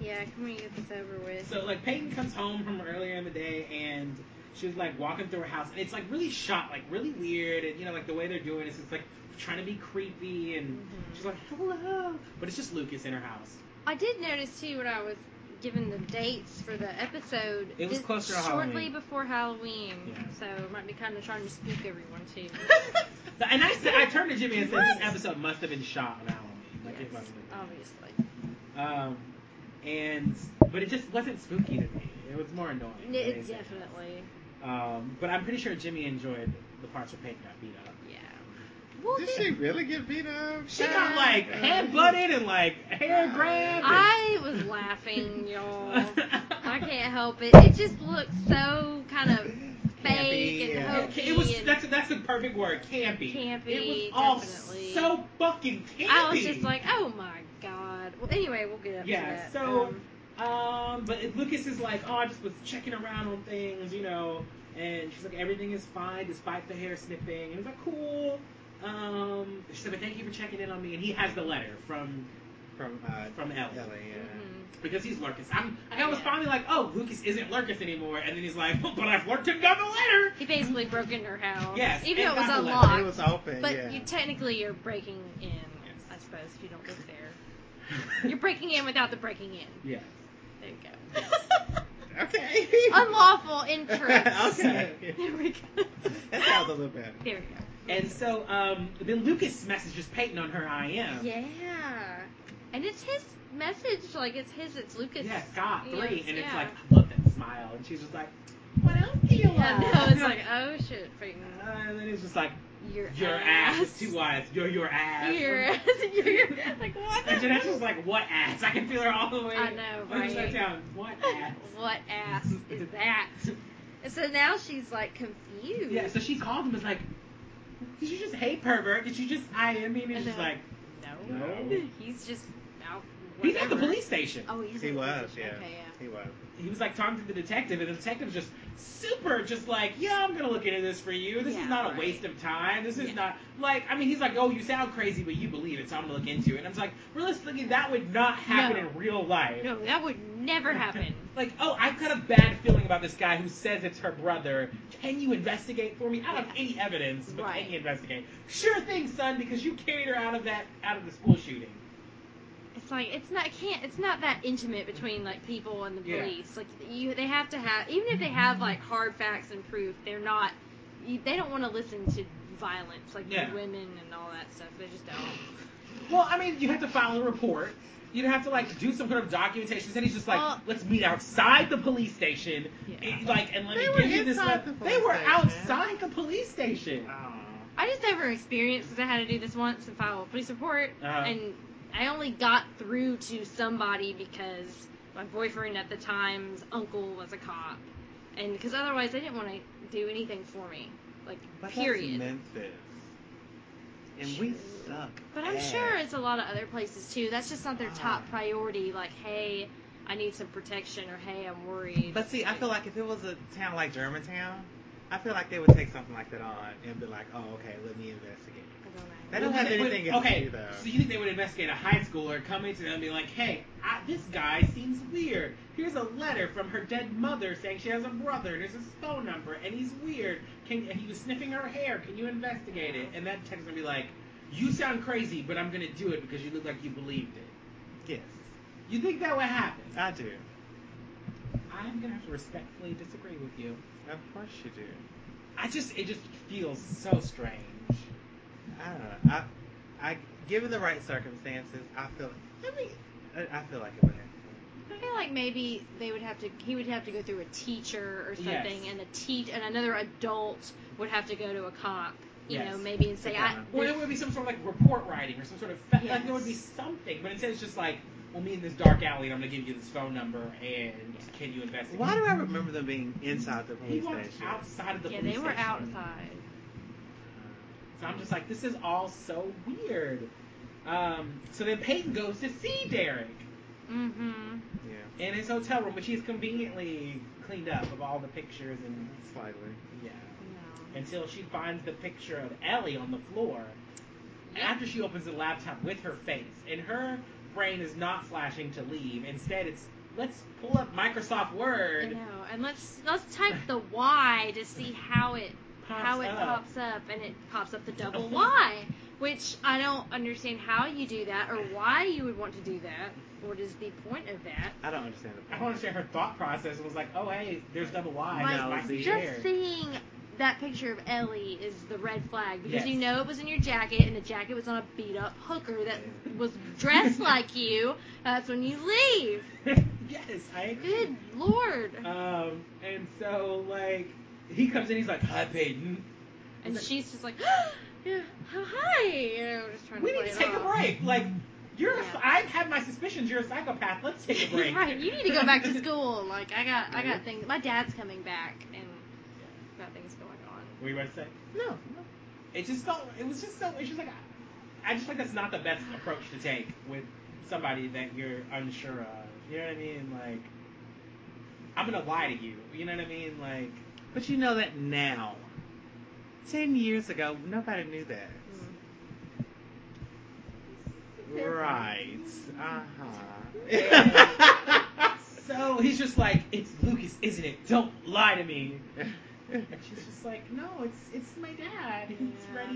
Yeah, can we get this over with?
So like Peyton comes home from earlier in the day and she was like walking through her house and it's like really shot, like really weird and you know like the way they're doing it, it's just like trying to be creepy and
Mm-hmm.
she's like hello, but it's just Lucas in her house.
I did notice too when I was given the dates for the episode.
It was
this-
closer to
shortly
Halloween.
before Halloween,
Yeah.
so it might be kind of trying to spook everyone too.
So- And I said, I turned to Jimmy and said, this episode must have been shot on Halloween. Like
yes,
it must have
obviously.
been. Um, and but it just wasn't spooky to me. It was more annoying. than
It,
anything else.
definitely,
Um, but I'm pretty sure Jimmy enjoyed the parts where Peyton got beat up.
yeah. Well,
Did
they-
she really get beat up?
She got like
Uh,
head butted and like hair grabbed.
I was laughing, y'all. I
I
can't help it. It just looks so kind of fake
Campy,
and
yeah.
hokey.
It was
and-
that's that's the perfect word, campy.
Campy,
It was all
definitely.
so fucking campy.
I was just like, oh my god. Well, anyway, we'll get up
Yeah,
to that.
so-
Um,
Um, but if Lucas is like, oh, I just was checking around on things, you know, and she's like, everything is fine despite the hair sniffing. And he's like, cool. Um, she said, but thank you for checking in on me. And he has the letter from
From uh,
From Ellie.
yeah.
mm-hmm.
because he's Lurkus. I'm, I was
Yeah.
finally like, oh, Lucas isn't Lurkus anymore. And then he's like, but I've worked and got the letter.
He basically broke into her house.
Yes,
Even though
and
it was
got the letter.
unlocked.
It was open.
but
yeah.
you technically you're breaking in,
Yes.
I suppose, if you don't live there. You're breaking in without the breaking in.
Yes.
There you
Yes. okay.
go. Unlawful entrance.
okay.
There we go.
That sounds a little better.
There we go.
And so um, then Lucas messages Peyton on her IM.
Yeah. And it's his message, like it's his, it's Lucas.
Yes, God, three.
Yes,
and it's
yeah.
like, I love that smile. And she's just like, what else do you
Yeah,
want?
no, it's like, oh shit, freaking
Uh, and then it's just like,
your,
your ass. with two eyes. You're your ass.
Your ass. Your like what?
And Jeanette's just like, what ass? I can feel her all the way.
I know,
I'm just like,
right?
down. What ass?
What ass is that? And so now she's like confused.
Yeah, so she calls him and is like, did you just hate pervert? Did you just, I am? And
I
he's just
know.
like,
no.
No.
He's just out.
he's at the
whatever.
police station.
Oh, he's
He
at the police
was, yeah.
station. Okay, yeah.
He was.
He was like talking to the detective, and the detective's just super, just like, yeah, I'm gonna look into this for you. This
Yeah,
is not
right.
a waste of time. This is
Yeah.
not like, I mean, he's like, oh, you sound crazy, but you believe it, so I'm gonna look into it. And I'm just like, realistically, that would not happen
No.
in real life.
No, that would never happen.
Like, oh, I've got a bad feeling about this guy who says it's her brother. Can you investigate for me? I don't have any evidence, but
Right.
can you investigate? Sure thing, son, because you carried her out of that out of the school shooting.
It's like it's not it can't it's not that intimate between like people and the
Yeah.
police. Like you, they have to have even if they have like hard facts and proof, they're not. You, they don't want to listen to violence like
Yeah.
women and all that stuff. They just don't.
Well, I mean, you have to file a report. You'd have to like do some kind of documentation. And he's just like,
Well-
let's meet outside the police station,
Yeah.
and, like, and let
They
me
were
give you this.
inside
Like,
the
they
police
were
station.
outside the police station.
I just never experienced because I had to do this once and file a police report,
Uh-huh.
and I only got through to somebody because my boyfriend at the time's uncle was a cop, and because otherwise they didn't want to do anything for me, like
But
period.
That's Memphis. And we
True.
suck.
But I'm
ass.
sure it's a lot of other places too. That's just not their
Ah.
top priority. Like, hey, I need some protection, or hey, I'm worried.
But see, I feel like if it was a town like Germantown, I feel like they would take something like that on and be like, oh, okay, let me investigate.
I don't know.
They don't
Well,
have
would-
anything against
okay,
you, though.
so you think they would investigate a high schooler coming to them and be like, "Hey, I, this guy seems weird. Here's a letter from her dead mother saying she has a brother. and Here's his phone number, and he's weird. Can and he was sniffing her hair? Can you investigate it?" And that detective's gonna be like, "You sound crazy, but I'm gonna do it because you look like you believed it."
Yes,
You think that would happen?
I do.
I'm gonna have to respectfully disagree with you.
Of course you do.
I just it just feels so strange.
I don't know. I, I, given the right circumstances, I feel. I mean, I, I feel like it would happen.
I feel like maybe they would have to. He would have to go through a teacher or something,
Yes.
and a teach and another adult would have to go to a cop. You
Yes.
know, maybe and say, I,
Okay.
Or there would be some sort of like report writing or some sort of fa- like there would be
Yes.
something, but instead it's just like we'll meet in this dark alley and I'm gonna give you this phone number and can you investigate?
Why do I remember them being inside the
He
police
walked
station?
outside of the
yeah,
police
they were
station.
outside.
So I'm just like, this is all so weird. Um, so then Peyton goes to see Derek
Mm-hmm.
Yeah,
in his hotel room, which he's conveniently cleaned up of all the pictures and
slightly.
yeah.
No.
Until she finds the picture of Ellie on the floor. And after she opens the laptop with her face, and her brain is not flashing to leave. Instead, it's let's pull up Microsoft
I
Word.
know. And let's let's type the Y to see how it
Pops
how it
up.
pops up, and it pops up the double Y, which I don't understand how you do that or why you would want to do that. What is the point of that?
I don't understand the
I
point.
don't understand her thought process. It was like, oh hey, there's double Y.
Like,
know,
That's my
the
just
hair.
seeing that picture of Ellie is the red flag because
Yes.
you know it was in your jacket, and the jacket was on a beat up hooker that was dressed like you. That's when you leave.
yes, I agree.
Good lord!
Um, and so like he comes in, he's like, hi Peyton,
and
like-
she's just like, yeah, oh, hi. You know, just trying
we
to
need
play
to
it
take a
off.
break. Like you're, a-
Yeah.
I've had my suspicions. You're a psychopath. Let's take a break.
right, you need to go back to school. Like I got, I got things. My dad's coming back, and got things going on.
what were you about to say?
No,
It just felt. It was just so. It's just like. I just think that's not the best approach to take with somebody that you're unsure of. You know what I mean? Like, I'm gonna lie to you. You know what I mean? Like,
But you know that now. Ten years ago, nobody knew that.
Mhm.
Right. Uh huh.
So he's just like, it's Lucas, isn't it? Don't lie to me. And she's just like, no, it's it's my dad. He's
Yeah.
ready.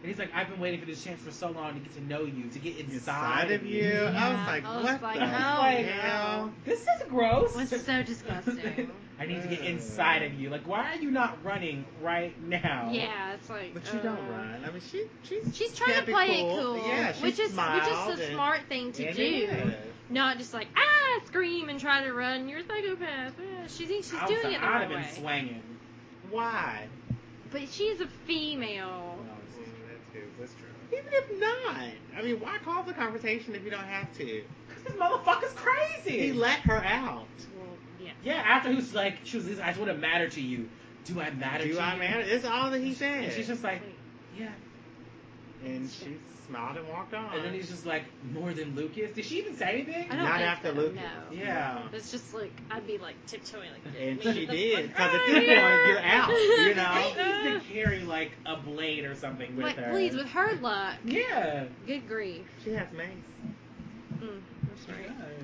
And he's like, I've been waiting for this chance for so long to get to know you, to get inside,
Inside of you. Oh. I was
Yeah,
like,
I was
what
like,
the
oh,
hell?
no.
This is gross.
was so disgusting.
I need to get inside of you. Like, why are you not running right now?
Yeah, it's like.
But you don't
uh,
run. I mean, she she's
She's trying
kept
to play it cool,
Yeah, she
which is which
smiled
is the
and-
smart thing to
and
do.
it is.
Not just like ah scream and try to run. You're a psychopath. Ah, she thinks she's
I
doing it the
I'd have
right
been
way.
swinging.
Why?
but she's a female.
Well, that's true. That too. That's true. Even if not, I mean, why call the conversation if you don't have to?
Cause this motherfucker's crazy.
He let her out.
Well, yeah.
yeah, after he was like, she was, he's like, I wouldn't matter to you. Do I matter
Do
to
I
you?
matter? It's all that he said.
And she's just like, yeah.
and she smiled and walked on.
And then he's just like, more than Lucas. Did she even say anything?
I don't
Not
think
after
so,
Lucas.
No.
Yeah.
It's just like I'd be like tiptoeing like this.
And
Like, "Ah,
she
the
did,
fuck
'cause
out
at this
of here.
point, you're out, you know?
He needs to carry like a blade or something with
like
her.
please, with her luck,
yeah.
good grief.
she has mace.
Mm, that's
She
right.
does.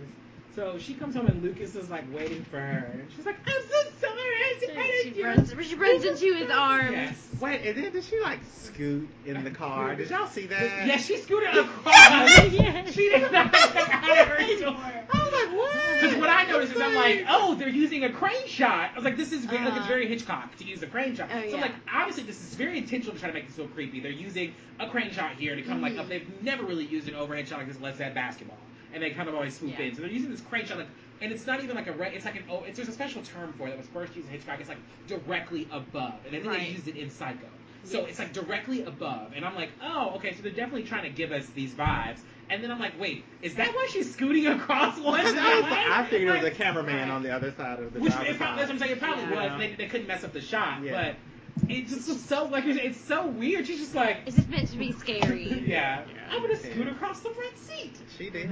So she comes home and Lucas is like waiting for her. And she's like, I'm so sorry. I didn't
She,
hurt you."
runs, she runs into his arms.
Yes.
Wait, and then did she like scoot in the car? Did y'all see that?
Yeah, she scooted across.
Yes.
she did not get out of her door.
I was like, what?
Because what I noticed is I'm like, oh, they're using a crane shot. I was like, this is very, like, it's
Uh-huh.
very Hitchcock to use a crane shot.
Oh,
so
yeah.
I'm like, obviously this is very intentional to try to make this feel creepy. They're using a crane shot here to come like
Mm-hmm.
up. They've never really used an overhead shot like this unless they had basketball, and they kind of always swoop
Yeah.
in. So they're using this crane shot, like, and it's not even like a re- it's like an oh, it's there's a special term for it that was first used in Hitchcock. It's like directly above, and I think they
Right.
used it in Psycho. So
Yes.
it's like directly above, and I'm like, oh, okay, so they're definitely trying to give us these vibes. And then I'm like, wait, is that why she's scooting across one?
I, was
side?
like, I figured it was a
Like,
cameraman on the other side of the
which
driver's
it probably, that's what I'm saying. It probably
Yeah.
was. They, they couldn't mess up the shot,
Yeah.
but it just was so like it's, it's so weird. She's just like,
Is this meant to be scary?
yeah,
Yeah.
I'm gonna scoot
Yeah.
across the front seat.
She did.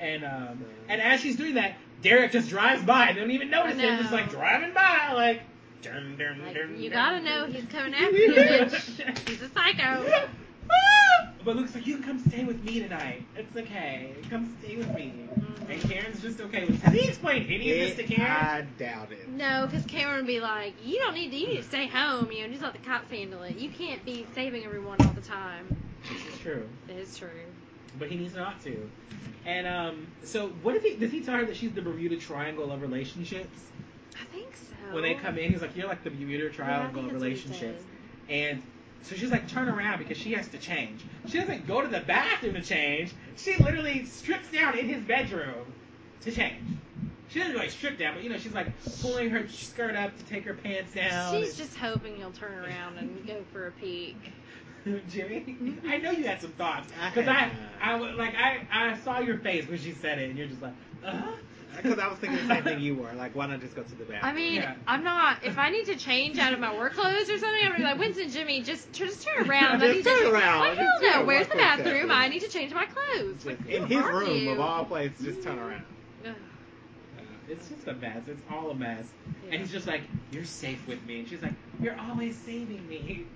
And um, and as she's doing that, Derek just drives by. They don't even notice
I
him. Just
know.
like driving by, like. Dun, dun,
Like,
dun,
you
dun, dun.
gotta know he's coming after you, bitch. He's a psycho.
But Luke's like, you can come stay with me tonight. It's okay. Come stay with me.
Mm-hmm.
And Karen's just okay with Have you explained any of this to
It,
Karen?
I doubt it.
No, because Cameron would be like, you don't need to, you need to stay home, you know, just let the cops handle it. You can't be saving everyone all the time.
It's true.
It's true.
But he needs not to. And um, so what if he does he tell her that she's the Bermuda Triangle of relationships?
I think so.
When they come in, he's like, You're like the Bermuda
Oh. Yeah, I
Triangle
think
of
that's what he said.
relationships. And so she's like, turn around because she has to change. She doesn't go to the bathroom to change. She literally strips down in his bedroom to change. She doesn't really strip down, but you know, she's like pulling her skirt up to take her pants down.
She's just hoping he'll turn around and go for a peek.
Jimmy, I know you had some thoughts
I
because I,
had none.
I, was like I, I saw your face when she said it, and you're just like, uh huh.
Because I was thinking the same thing you were. Like, why not just go to the bathroom?
I mean,
Yeah.
I'm not. If I need to change out of my work clothes or something, I'm gonna be like, Winston, Jimmy, just just turn around. I
Just
need
turn
to,
around.
Like, hell
Just do
no.
it
Where's the
one quick second.
bathroom? I need to change my clothes. Like,
Just
who
in his
are
room
you?
of all places, just turn around.
Ugh,
It's just a mess. It's all a mess.
yeah.
And he's just like, you're safe with me, and she's like, you're always saving me.
I'm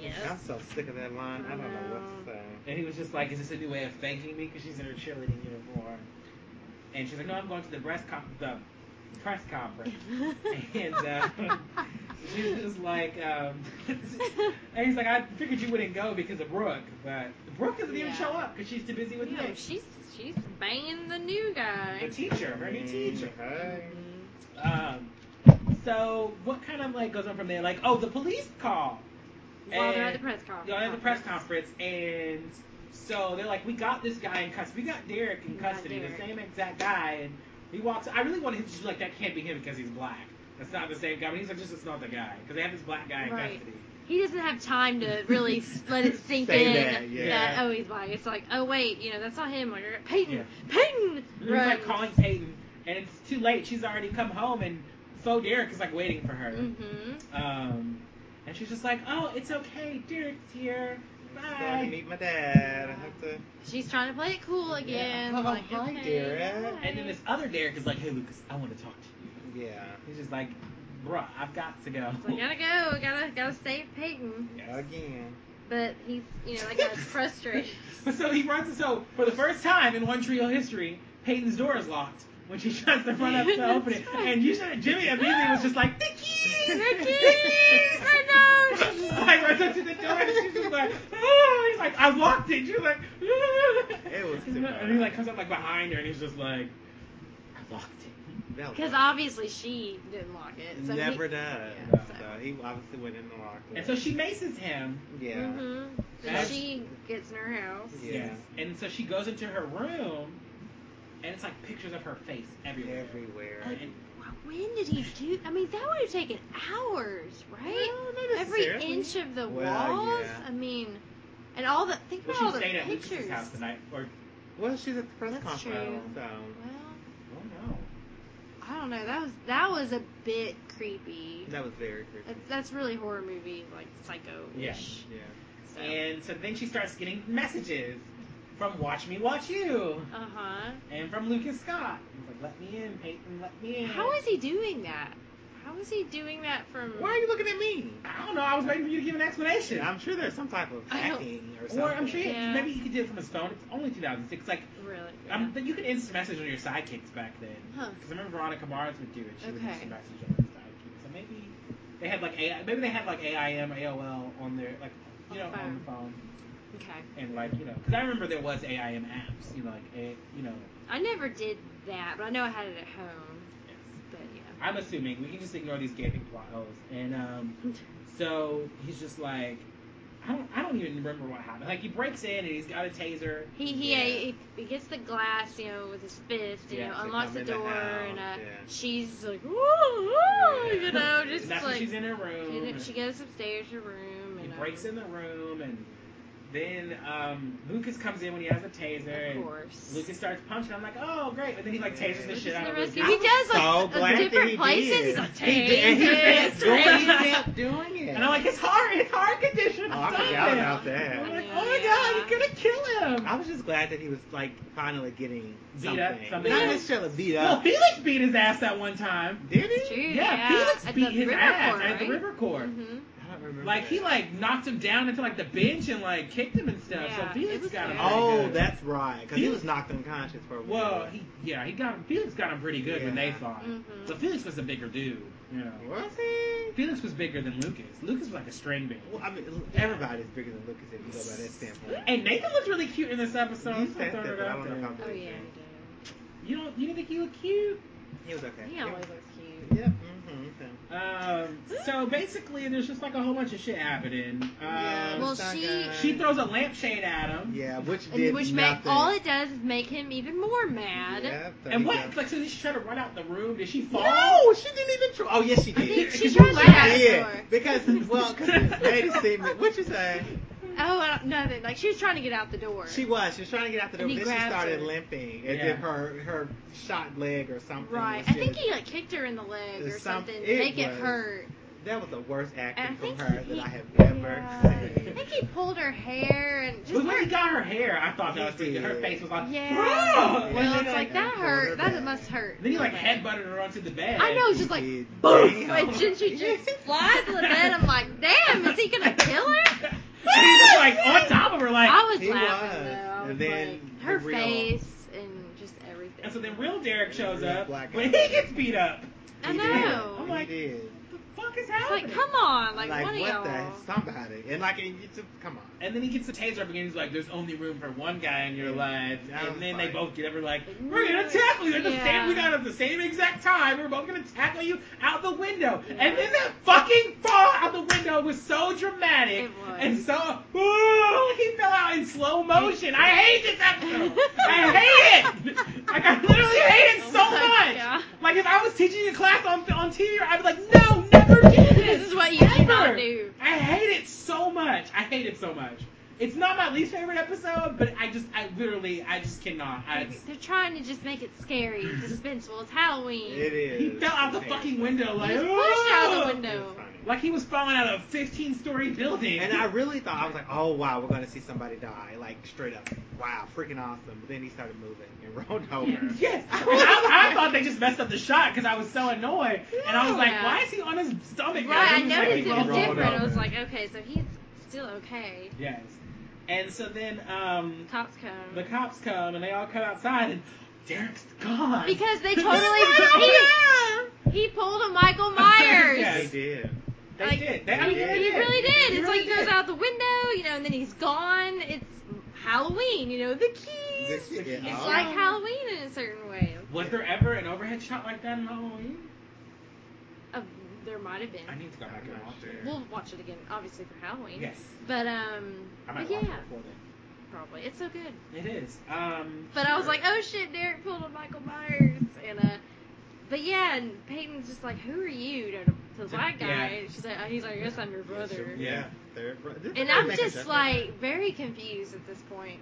Yes.
so sick of that line. I don't know what to say.
And he was just like, is this a new way of thanking me? Because she's in her cheerleading uniform, and she's like, no, I'm going to the breast con- the press conference. and uh, she's just like, um, and he's like, I figured you wouldn't go because of Brooke, but Brooke doesn't even
Yeah.
show up because she's too busy with
No,
Nick,
she's she's banging the new
the
guy.
teacher, her
Mm.
new teacher.
Hey.
Um, so what kind of like goes on from there? Like, oh, the police call.
While they're
And-
at the press conference.
Y'all at the press conference, and so they're like, "We got this guy in custody. We got Derek in
We got
custody,
Derek.
the same exact guy." And he walks. I really wanted him to just be like, "That can't be him because he's black. That's not the same guy." But he's like, "Just it's not the guy because they have this black guy in
Right.
custody."
He doesn't have time to really s- let it sink
Say
in
that, yeah.
oh he's black. It's like oh wait you know that's not him. Like, Peyton,
Yeah.
Peyton,
And He's
right?
like calling Peyton, and it's too late. She's already come home, and so Derek is like waiting for her.
mm-hmm.
Um, and she's just like, "Oh, it's okay. Derek's here.
I have to
Bye."
meet my dad. I have to.
She's trying to play it cool again.
Yeah. Oh,
like,
hi,
okay,
Derek.
hi.
And then this other Derek is like, "Hey, Lucas, I want to talk to you."
Yeah.
He's just like, "Bruh, I've got to go."
It's like, gotta go, gotta gotta save Peyton.
Yes.
Again.
But he's, you know, that guy's frustrated.
so he runs. So for the first time in One Tree Hill history, Peyton's door is locked when she tries to run up to open it. And you should. Jimmy immediately was just like, the keys,
The keys! I know!
She's like runs up to the door and she's just like, "Ah," he's like, I locked it. She's like, "Ah."
It was too
And he like comes up like behind her and he's just like, I locked it.
That was
Because
bad.
obviously she didn't lock it. So he-
never does.
Yeah, so.
so he obviously went in the locker.
And so she maces him.
yeah.
Mhm. So
That's-
she gets in her house.
Yeah.
And so she goes into her room, and it's like pictures of her face everywhere.
everywhere.
And- and
Well, When did he do? I mean, that would have taken hours, right? Every
necessarily.
inch of the
Well,
walls.
yeah.
I mean, and all the think
well,
about
she
all the
stayed at Lucas's
pictures.
house tonight. Or
Well, she's at the press
That's
conference,
true.
so
Well,
oh no.
I don't know. That was that was a bit creepy.
that was very creepy.
That's, that's really horror movie like psycho.
Yes.
yeah.
So.
And so then she starts getting messages from Watch Me Watch You
Uh huh.
and from Lucas Scott. He's like, let me in, Peyton, let me in.
How is he doing that? How is he doing that from?
Why are you looking at me?
I don't know. I was waiting for you to give an explanation.
I'm sure there's some type of
I don't-
hacking or something.
or I'm sure you-
Yeah.
maybe you could do it from his phone. It's only 2006. Like,
Really?
um, but you could instant message on your sidekicks back then.
Huh.
Because I remember Veronica Mars would do it. She would
Okay.
instant message on her sidekicks. So maybe they had like AI, maybe they had like AIM, AOL on their like you know
On the
on the
phone.
phone
okay.
and like you know because I remember there was AIM apps. You know like a, you know.
I never did that, but I know I had it at home. But yeah.
I'm assuming we can just ignore these gaping plot holes. And um, so he's just like, I don't, I don't even remember what happened. Like he breaks in and he's got a taser.
He he,
Yeah.
he he gets the glass, you know, with his fist, you
Yeah,
know,
to
unlocks
come
the
in the
door,
house,
and uh,
yeah.
she's like, woo, woo, you know,
Yeah.
just
That's when
like
she's in her room.
she,
and
she goes upstairs to her room,
he
and
breaks
um,
in the room and then um, Lucas comes in when he has a taser.
Of
and
course.
Lucas starts punching. I'm like, oh great! But then he like
Yeah.
tasers the
Which
Which
shit
is
out
the
of
rescue.
Lucas.
He does like
so
a-
glad that
different
he
places.
did.
He's like
He did.
taser,
He
taser.
kept doing it.
And I'm like, his heart, his heart condition.
Oh, I
stop
forgot
it.
about that.
I'm like,
Yeah.
oh my god, you're gonna kill him.
I was just glad that he was like finally getting
Beat
something.
up something.
Not
Yeah.
necessarily beat
Well,
up.
Felix beat his ass that one time.
Did
It's
he?
true,
Yeah, Felix
at
beat
the
his
river
ass
court,
at the
right?
River Court.
Mhm.
I don't remember.
Like he
that.
like knocked him down into like the bench and like kicked him and stuff.
Yeah,
so Felix
it was
got him.
very
pretty
Oh,
good.
that's right. Because he
He-
was knocked unconscious for a while.
well, he yeah he got him. Felix got him pretty good when
Yeah.
they fought.
Mhm.
But Felix was a bigger dude. You know.
was he?
Felix was bigger than Lucas. Lucas was like a string band.
Well, I mean, everybody's bigger than Lucas if you go by that standpoint.
And Nathan looked really cute in this
You
episode.
said
so I'm
that,
throwing it
but I
out
don't know
there.
if I'm
Oh
big
yeah,
fan.
he
You don't you didn't think he looked cute?
He was okay.
did. He
Yep.
always looks cute.
Yep. Mm-hmm.
Um, so basically, there's just like a whole bunch of shit happening. Um,
Yeah,
Well,
it's not
she-
good.
she throws a lampshade at him.
Yeah, which
And
did
which
nothing.
make all it does is make him even more mad.
Yep, so
And
he
what?
got-
Like, so did she try to run out the room? Did she fall?
No, she didn't even try. Oh, yes, she
I
did.
think she
Because
tried
you
to
laughed.
ask
Yeah,
for it.
because well, because Lady Seaman, what you say?
Oh, I don't, nothing. Like she was trying to get out the door.
She was. She was trying to get out the door,
And
but
he
then she
grabbed
started
her.
limping, and
Yeah.
then her her shot leg or something.
right.
was
I think
just-
he like kicked her in the leg or
There's some-
something to
it
make it
was-
hurt.
that was the worst acting
And I
from
think
her
he-
that I have ever
yeah. I
seen.
think he pulled her hair and just
But when he got her hair, I thought that
He
was pretty good. Her
did.
face was like,
Yeah.
"Bruh!"
Yeah.
When
well,
they,
it's like that
and pulled her
hurt. That
back.
must hurt.
Then he like
Okay.
headbutted her onto the bed.
I know,
He
it's just like
did.
boom,
Damn.
and then she just flies to the bed. I'm like, damn, is he gonna kill her?
and he's just like on top of her, like.
I was
He
laughing
was.
though. I
And
was
then
like,
the
her
real-
face and just everything.
And so then real Derek shows
Real
up,
black
but he
guy.
gets beat up.
I
He did.
know.
I'm
He
like,
did.
The fuck is
it's
happening?
like, come on, like, one
what
of
the
y'all.
somebody and like and you just come on
And then he gets the taser up again. He's like, "There's only room for one guy in your life."
I
And
was
then they
like-
both get up. We're like, "We're gonna tackle you at the
Yeah.
same. We got at the same exact time. We're both gonna tackle you out the window."
Yeah.
And then that fucking fall out the window was so dramatic
It was.
and so ooh, he fell out in slow motion. I hate this episode. I hate it. Like I literally hate it
Oh
so
my
much.
God.
Like if I was teaching a class on on TV, I'd be like, "No, never do this."
This is what you do not
Ever.
do.
I hate it so much. I hate it so much. It's not my least favorite episode, but I just, I literally, I just cannot. I,
They're trying to just make it scary and suspenseful. It's Halloween.
it is
he fell out the
It
fucking
is.
window like,
Just pushed out
"Ugh!"
the
It
window.
was funny.
like he was falling out of a 15-story building.
and I really thought I was like, oh wow, we're gonna see somebody die, like straight up, wow, freaking awesome. But then he started moving and rolled over.
yes, I, I, I thought they just messed up the shot because I was so annoyed, and I was like,
Yeah.
why is he on his stomach?
Right, I
And he was,
noticed
like,
it was
rolled
different. I was
over.
like, okay, so he's still okay.
Yes. And so then um,
Cops come.
the cops come and they all come outside and Derek's gone.
Because they
He's
totally-
not there!
he pulled a Michael Myers.
Yes.
They did.
They
Like,
did. They,
he,
I mean, they
he
did.
really did.
He
it's
really
like he goes
did.
out the window, you know, and then he's gone. It's Halloween, you know, the keys.
This-
The
yeah.
keys.
It's
Oh.
like Halloween in a certain way.
Was there ever an overhead shot like that in Halloween?
Uh, there might have
I
been.
need to go back and watch it.
We'll watch it again, obviously for Halloween.
Yes.
But um,
I might watch
but yeah,
it before then.
probably it's so good.
It is. Um,
But I was like, oh shit, Derek pulled a Michael Myers, and uh, but yeah, and Peyton's just like, who are you to, to the black guy?
Yeah.
And she's like, oh, he's like, I guess I'm your brother.
Yeah. They're bro- did
And
they
I'm
make a
just
judgment?
like very confused at this point.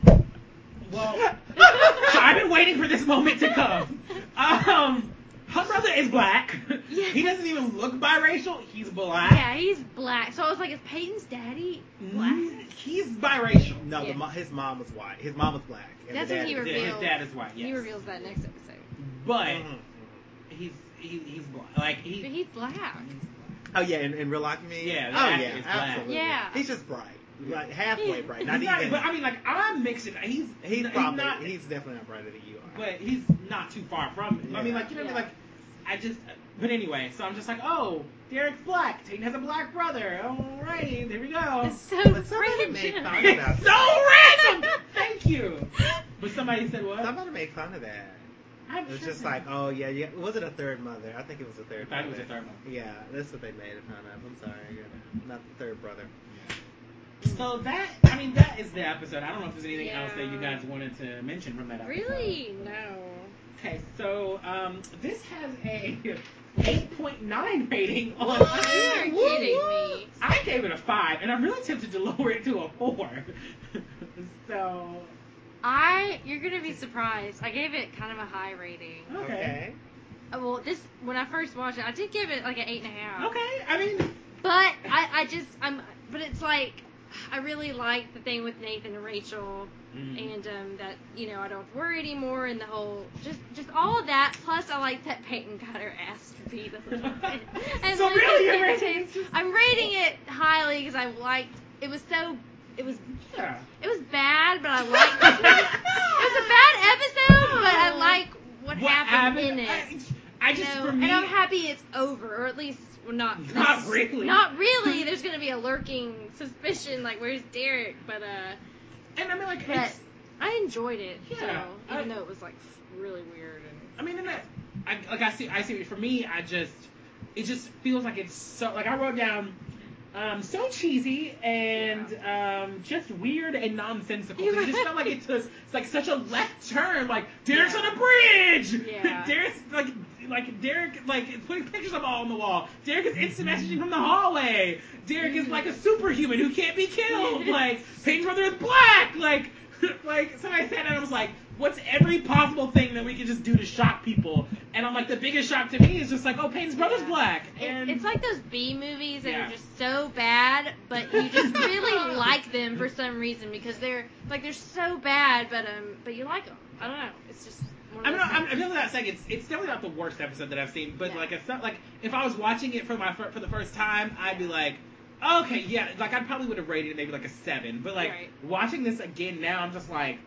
well, so I've been waiting for this moment to come. Um, her brother is black.
Yes.
He doesn't even look biracial. He's black.
yeah, he's black. So I was like, is Peyton's daddy black?
Mm-hmm.
Mm, He's biracial.
No,
Yeah.
the mo- his mom was white. His mom was black. and
That's
the
what
dad
he
was-
Yeah, His
revealed. Mm-hmm.
dad is white. Yes.
He reveals that next episode.
But
Mhm.
he's he, he's black. Like he.
But he's black.
Oh yeah, in, in real life, you mean?
Yeah, the
Oh
actor
yeah,
is black.
absolutely.
Yeah.
He's just bright, like halfway
Yeah.
bright. Not
He's not,
even.
but I mean, like I'm mixing. He's he's,
he's
he's
probably.
not.
he's definitely not brighter than you are.
but he's not too far from. It. I mean, like you know, what I mean? like I just. But anyway, so I'm just like, oh, Derek's black. Tayton has a black brother. All right, there we go.
It's so
Oh, But somebody made
random.
fun of
It's
that.
so random. Thank you. But somebody said what?
Somebody made fun of that.
I'm
It was
sure
just like, oh yeah, yeah. Was it a third mother? I think it was a
I
third.
thought it
mother.
was a third one.
Yeah, that's what they made it fun of. I'm sorry, not the third brother.
So that I mean that is the episode. I don't know if there's anything
Yeah.
else that you guys wanted to mention from that episode.
Really? No.
Okay, so um, this has a 8.9 rating on.
You are
Woo,
kidding
woo.
me.
I gave it a five, and I'm really tempted to lower it to a four. so
I you're gonna be surprised. I gave it kind of a high rating.
okay. okay,
Okay.
Uh, Well, this when I first watched it, I did give it like an eight and a half.
I mean,
But I, I just I'm but it's like I really like the thing with Nathan and Rachel and um that you know I don't worry anymore and the whole just just all of that plus I like that Peyton got her ass beat a little bit. And
so
Lucas
really,
did
your
too.
rating's just
I'm rating it highly because I liked it was so it was
yeah.
it was bad but I liked it. it was a bad episode but I like what, happened, in it.
I, I just
No,
for me,
and I'm happy it's over, or at least well, not
Not really.
Not really. There's gonna be a lurking suspicion, like where's Derek? But uh,
and I mean like
But-
it's-
I enjoyed it.
Yeah,
so, even
I-
though it was like really weird and
I mean, and I, I like I see, I see. For me, I just, it just feels like it's so. Like I wrote down, um, so cheesy and um, just weird and nonsensical.
You're
It just felt like
right.
it took it's like such a left turn. Like Derek's
Yeah.
on a bridge.
Yeah.
Derek's like. Like Derek, like is putting pictures of all on the wall. Derek is instant messaging from the hallway. Derek is like a superhuman who can't be killed. Like Peyton's brother is black. Like, like somebody said, and I was like, what's every possible thing that we can just do to shock people? And I'm like, the biggest shock to me is just like, oh, Peyton's brother's
Yeah.
black.
It-
And
it's like those B movies that
Yeah.
are just so bad, but you just really like them for some reason because they're like they're so bad, but um, but you like them. I don't know. It's just. One
I
of
mean,
those
I'm, I'm
things.
definitely not saying it's it's definitely not the worst episode that I've seen, but
Yeah.
like it's not like if I was watching it for my fir- for the first time, I'd be like, okay, yeah, like I probably would have rated it maybe like a seven, but like
Right.
watching this again now, I'm just like,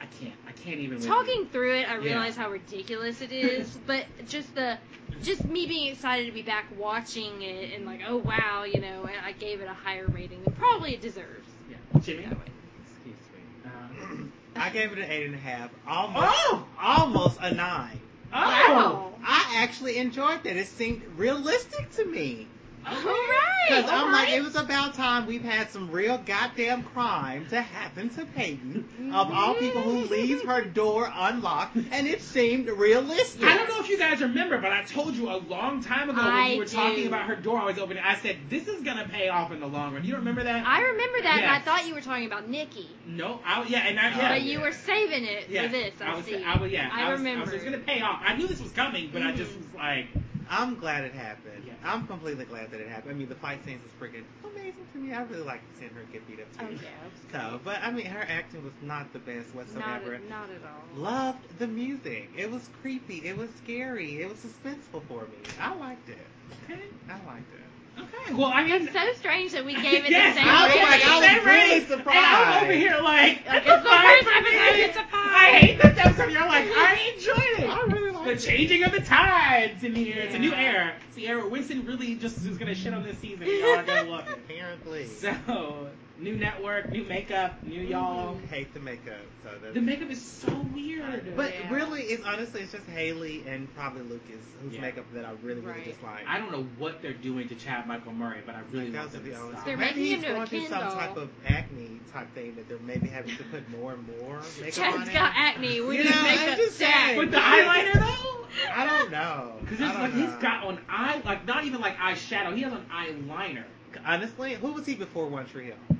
I can't, I can't even. with
talking through it, I
Yeah.
realize how ridiculous it is, but just the just me being excited to be back watching it and like, oh wow, you know, and I gave it a higher rating than probably it deserves.
you. Yeah. Jimmy,
That way.
excuse me. Uh,
I gave it an eight and a half, almost,
oh,
almost a nine.
oh,
Wow.
I actually enjoyed that. It seemed realistic to me.
oh!
All right.
Because I'm like,
all
it was about time we've had some real goddamn crime to happen to Peyton, of all people who leaves her door unlocked, and it seemed realistic.
I don't know if you guys remember, but I told you a long time ago when
I
we were
do.
talking about her door always opening. I said this is gonna pay off in the long run. You don't remember that?
I remember that, and I
Yes.
thought you were talking about Nikki,
no, I yeah, and I yeah.
but you were saving it
Yeah,
for this. I,
was,
see.
I was, yeah,
I
was- I
remember.
was, it was gonna pay off. I knew this was coming, but I just
Mhm.
was like,
I'm glad it happened.
Yeah.
I'm completely glad that it happened. I mean, the fight scenes was freaking amazing to me. I really like seeing her get beat up
Oh
too.
yeah.
So, but I mean, her acting was not the
Not,
best whatsoever.
at- not at all.
Loved the music. It was creepy. It was scary. It was suspenseful for me. I liked it.
okay,
I liked it. Okay.
Well, I mean,
It's so strange that we gave it
yes, Oh
the same
I was
rating.
like, I was
Same rating.
really
and I'm over
surprised.
here like,
Like, it's the
five
worst
for me.
episode. It's a
I
five.
hate this episode. You're like, I enjoyed it.
I really like
The
it.
changing of the tides in here. It's a new
Yeah.
era. Sierra Winston really just is gonna shit on this season. and Y'all are gonna love it.
Apparently.
So, new network, new makeup, new y'all.
Mm-hmm.
I hate the makeup. So that's
The makeup is so weird.
But
Yeah.
really, it's honestly it's just Haley and probably Lucas whose
Yeah.
makeup that I really really
Right.
dislike.
I don't know what they're doing to Chad Michael Murray, but I really
Like,
want
that's
them
the
to
only
stop.
They're
maybe
making
he's
him do a
going through some
Kindle.
type of acne type thing that they're maybe having to put more and more makeup on.
Chad's
him.
got acne. We
You
need
know, I'm
makeup
just
Chad.
saying.
But the eyeliner though,
I don't know.
because
I
it's
don't
like
know.
he's got on eye, like not even like eyeshadow. He has on eyeliner.
honestly, who was he before One Tree Hill?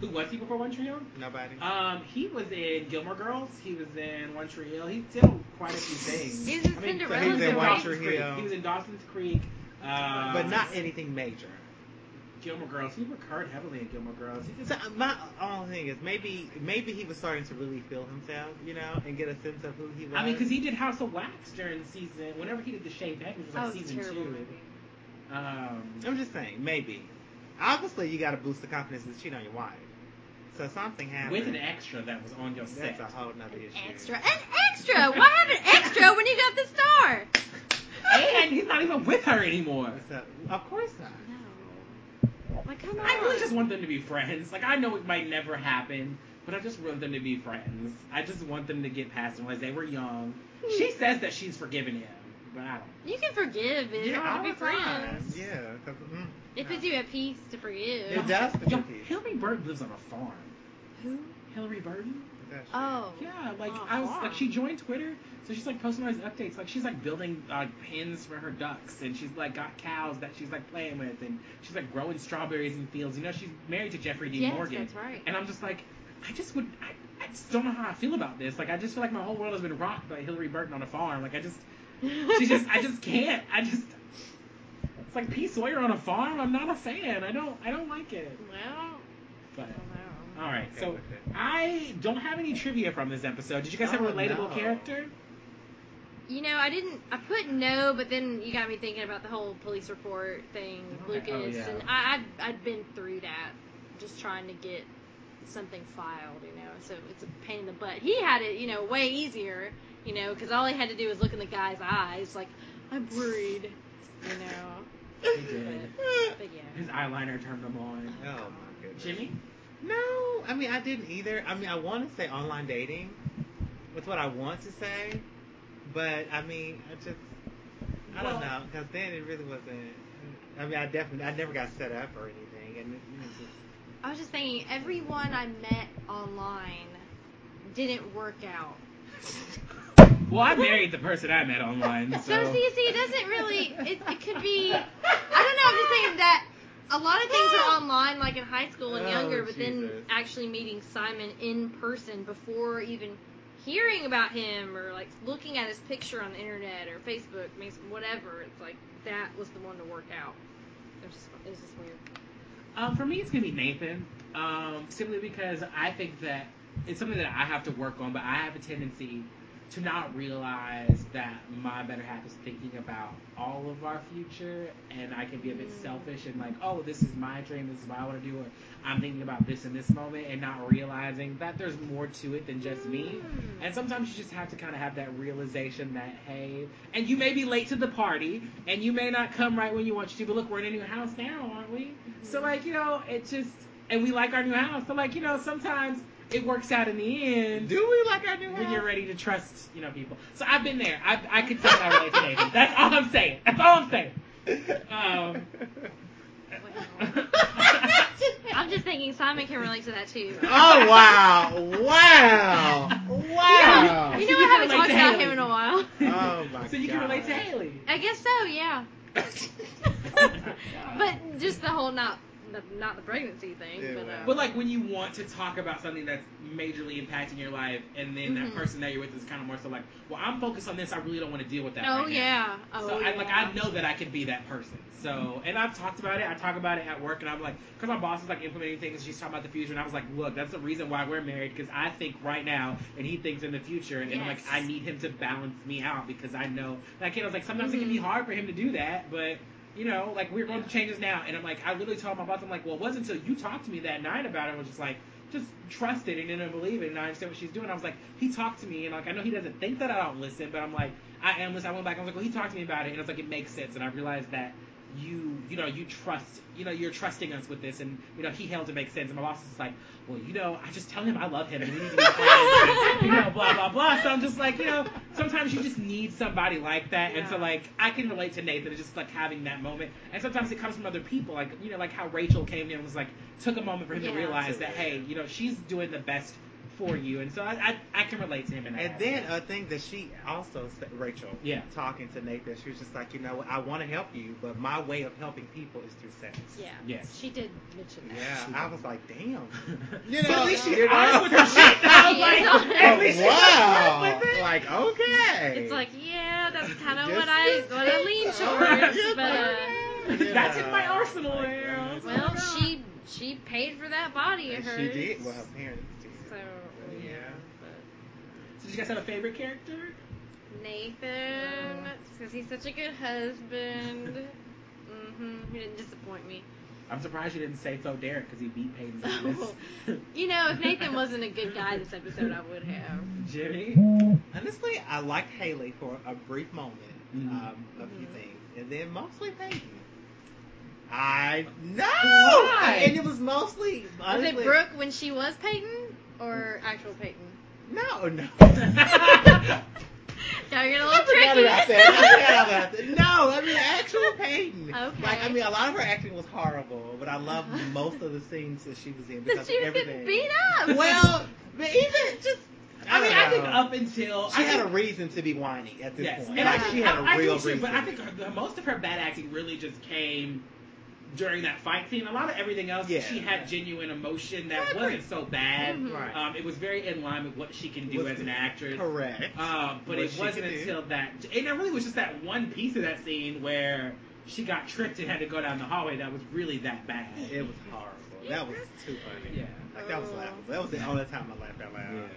Who was he before One Tree Hill?
Nobody.
Um, he was in Gilmore Girls. He was in One Tree Hill. He did quite a few things.
He's in
I mean,
Cinderella.
so he's in
Dawson's
One
Creek.
Tree Hill.
He was in Dawson's Creek. Uh,
but not anything major.
Gilmore Girls. He recurred heavily in Gilmore Girls. He just
So uh, my only thing is maybe maybe he was starting to really feel himself, you know, and get a sense of who he was.
I mean, because he did House of Wax during season. Whenever he did the Shade Back, which was
That
like
was a
season
terrible
two.
movie.
Um,
I'm just saying, maybe. Obviously, you got to boost the confidence to cheat on your wife. So something happened.
with an extra that was on your set.
That's a whole nother issue.
Extra. An extra! What happened extra when you got the star?
and he's not even with her anymore.
So, of course not.
No. Like, come on.
I really just want them to be friends. Like I know it might never happen, but I just want them to be friends. I just want them to get past and realize they were young. She says that she's forgiven him, but I don't.
You can forgive, but you don't have to be
all the time.
friends.
Yeah, 'cause, mm,
It puts you at peace to forgive.
It does put you
Yo,
at peace.
Hillary Burton lives on a farm.
Who?
Hillary Burton?
that's true.
Oh.
Yeah, like
Oh,
I was
farm.
like she joined Twitter, so she's like posting all these updates. Like she's like building uh, pins for her ducks, and she's like got cows that she's like playing with, and she's like growing strawberries in fields. You know, she's married to Jeffrey Dean
Yes,
Morgan.
that's right.
And I'm just like, I just would, I, I just don't know how I feel about this. Like I just feel like my whole world has been rocked by Hillary Burton on a farm. Like I just, she just, I just can't. I just, it's like P Sawyer on a farm. I'm not a fan. I don't, I don't like it.
Well,
But
I don't know.
all right,
Okay,
so
okay.
I don't have any trivia from this episode. Did you guys have a
Oh,
relatable
no.
character?
You know, I didn't. I put no, but then you got me thinking about the whole police report thing,
Okay.
Lucas,
Oh, yeah.
and I, I've I've been through that, just trying to get something filed, you know. So it's a pain in the butt. He had it, you know, way easier, you know, because all he had to do was look in the guy's eyes, like I'm worried, you know.
He did.
But yeah,
His eyeliner turned him on.
Oh my goodness.
Jimmy?
No, I mean I didn't either. I mean I want to say online dating. That's what I want to say, but I mean I just I
Well-
don't know because then it really wasn't. I mean I definitely I never got set up or anything, and it, it was just
I was just thinking, everyone I met online didn't work out.
Well, I married the person I met online,
So
so.
see, see, it doesn't really. It, it could be. I don't know. I'm just saying that a lot of things are online, like in high school and
Oh,
younger, but
Jesus.
then actually meeting Simon in person before even hearing about him or like looking at his picture on the internet or Facebook, makes whatever. It's like that was the one to work out. It was just, it was just weird.
Um, for me, it's gonna be Nathan. Um, simply because I think that it's something that I have to work on, but I have a tendency to not realize that my better half is thinking about all of our future, and I can be a bit
Mm.
selfish and like, oh, this is my dream, this is what I want to do, or I'm thinking about this in this moment, and not realizing that there's more to it than just me. And sometimes you just have to kind of have that realization that, hey, and you may be late to the party, and you may not come right when you want you to, but look, we're in a new house now, aren't we?
Mm-hmm.
So, like, you know, it just, and we like our new house. So, like, you know, sometimes it works out in the end.
do we like our new
When you're
house?
ready to trust, you know, people. So I've been there. I, I could say that I relate to Nathan. That's all I'm saying. That's all I'm saying. Um,
Well, I'm just thinking Simon can relate to that too.
oh wow! Wow! Wow!
You
So
know,
you
I
can
haven't
relate
talked
to
about
Haley.
him in a while.
Oh, my
So you can
God.
relate to Haley.
I guess so, yeah. but just the whole not the- not the pregnancy thing,
Yeah,
but,
wow.
uh,
But like when you want to talk about something that's majorly impacting your life, and then that
Mhm.
person that you're with is kind of more so like, well, I'm focused on this. I really don't want to deal with that.
oh
right now."
yeah, oh
uh, so
yeah.
I like I know that I could be that person. So and I've talked about it. I talk about it at work, and I'm like, because my boss is like implementing things. She's talking about the future, and I was like, look, that's the reason why we're married because I think right now, and he thinks in the future, and I'm like,
Yes.
I need him to balance me out because I know that kid. I was like, sometimes it can be
Mhm.
hard for him to do that, but you know, like we are going to change this now. And I'm like, I literally told my boss, I'm like, well, it wasn't until you talked to me that night about it. I was just like, just trust it and didn't believe it. And I understand what she's doing. I was like, he talked to me, and like, I know he doesn't think that I don't listen, but I'm like, I am listening. I went back. I was like, well, he talked to me about it, and it's like it makes sense. And I realized that you, you know, you trust, you know, you're trusting us with this, and you know, he held it make sense. And my boss is like, well, you know, I just tell him I love him, and we need to be friends, you know, blah blah blah. So I'm just like, you know, sometimes you just need somebody like that, and so
Yeah.
like I can relate to Nathan. It's just like having that moment, and sometimes it comes from other people, like you know, like how Rachel came in and was like took a moment for him to
Yeah,
realize that hey,
absolutely.
you know, she's doing the best for you, and so I I, I can relate to him in that.
And then
aspect.
a thing that she also said, Rachel,
Yeah.
talking to Nathan, she was just like, you know, what, I want to help you, but my way of helping people is through sex.
Yeah.
Yes.
She did mention that.
Yeah, I was like, damn.
You
But
know,
at least
you
she's
know.
honest with
the
the
shit.
shit,
I
was like,
Oh,
at least she's
wow. Like, okay.
It's like, yeah, that's kind of
Yes,
what I
yes,
what I
yes.
lean
Yeah,
towards, but uh,
Yeah.
That's in my arsenal,
Like,
Errol.
uh,
well, she she paid for that body of hers.
She did. Well, her parents did.
So
Yeah.
yeah, but
So you guys have a favorite character?
Nathan, because he's such a good husband. hmm He didn't disappoint me.
I'm surprised you didn't say so, Derek, because he beat Peyton's
Oh. You know, if Nathan wasn't a good guy this episode, I would have.
Jimmy.
Honestly, I liked Haley for a brief moment,
Mhm.
um, a few
Mhm.
things, and then mostly Peyton. I no,
Why?
and it was mostly
Was
honestly,
it Brooke when she was Peyton or actual Peyton?
no, no.
Y'all are getting a
I
little
forgot
tricky.
about that. I forgot about that. No, I mean actual Peyton.
Okay.
Like I mean, a lot of her acting was horrible, but I loved most of the scenes that she was in because
she
of
was
everything.
getting beat up.
Well, but even just
I mean, I
don't
think
know.
up until
She
I
had a
think-
reason to be whiny at this
yes,
point.
and
like
I,
she had a
I- I
real
do too,
reason.
But I think her, the, most of her bad acting really just came during that fight scene. A lot of everything else,
Yeah.
she had genuine emotion that
I agree. Mm-hmm.
wasn't so bad.
Mhm.
Right.
Um, it was very in line with what she can do
Was-
as an actress.
correct.
Um, but
What
it
she
wasn't
could do.
until that, and it really was just that one piece of that scene where she got tripped and had to go down the hallway. That was really that bad.
It was horrible. That was too funny.
yeah.
Like that was laughable. That was the only time I laughed out loud.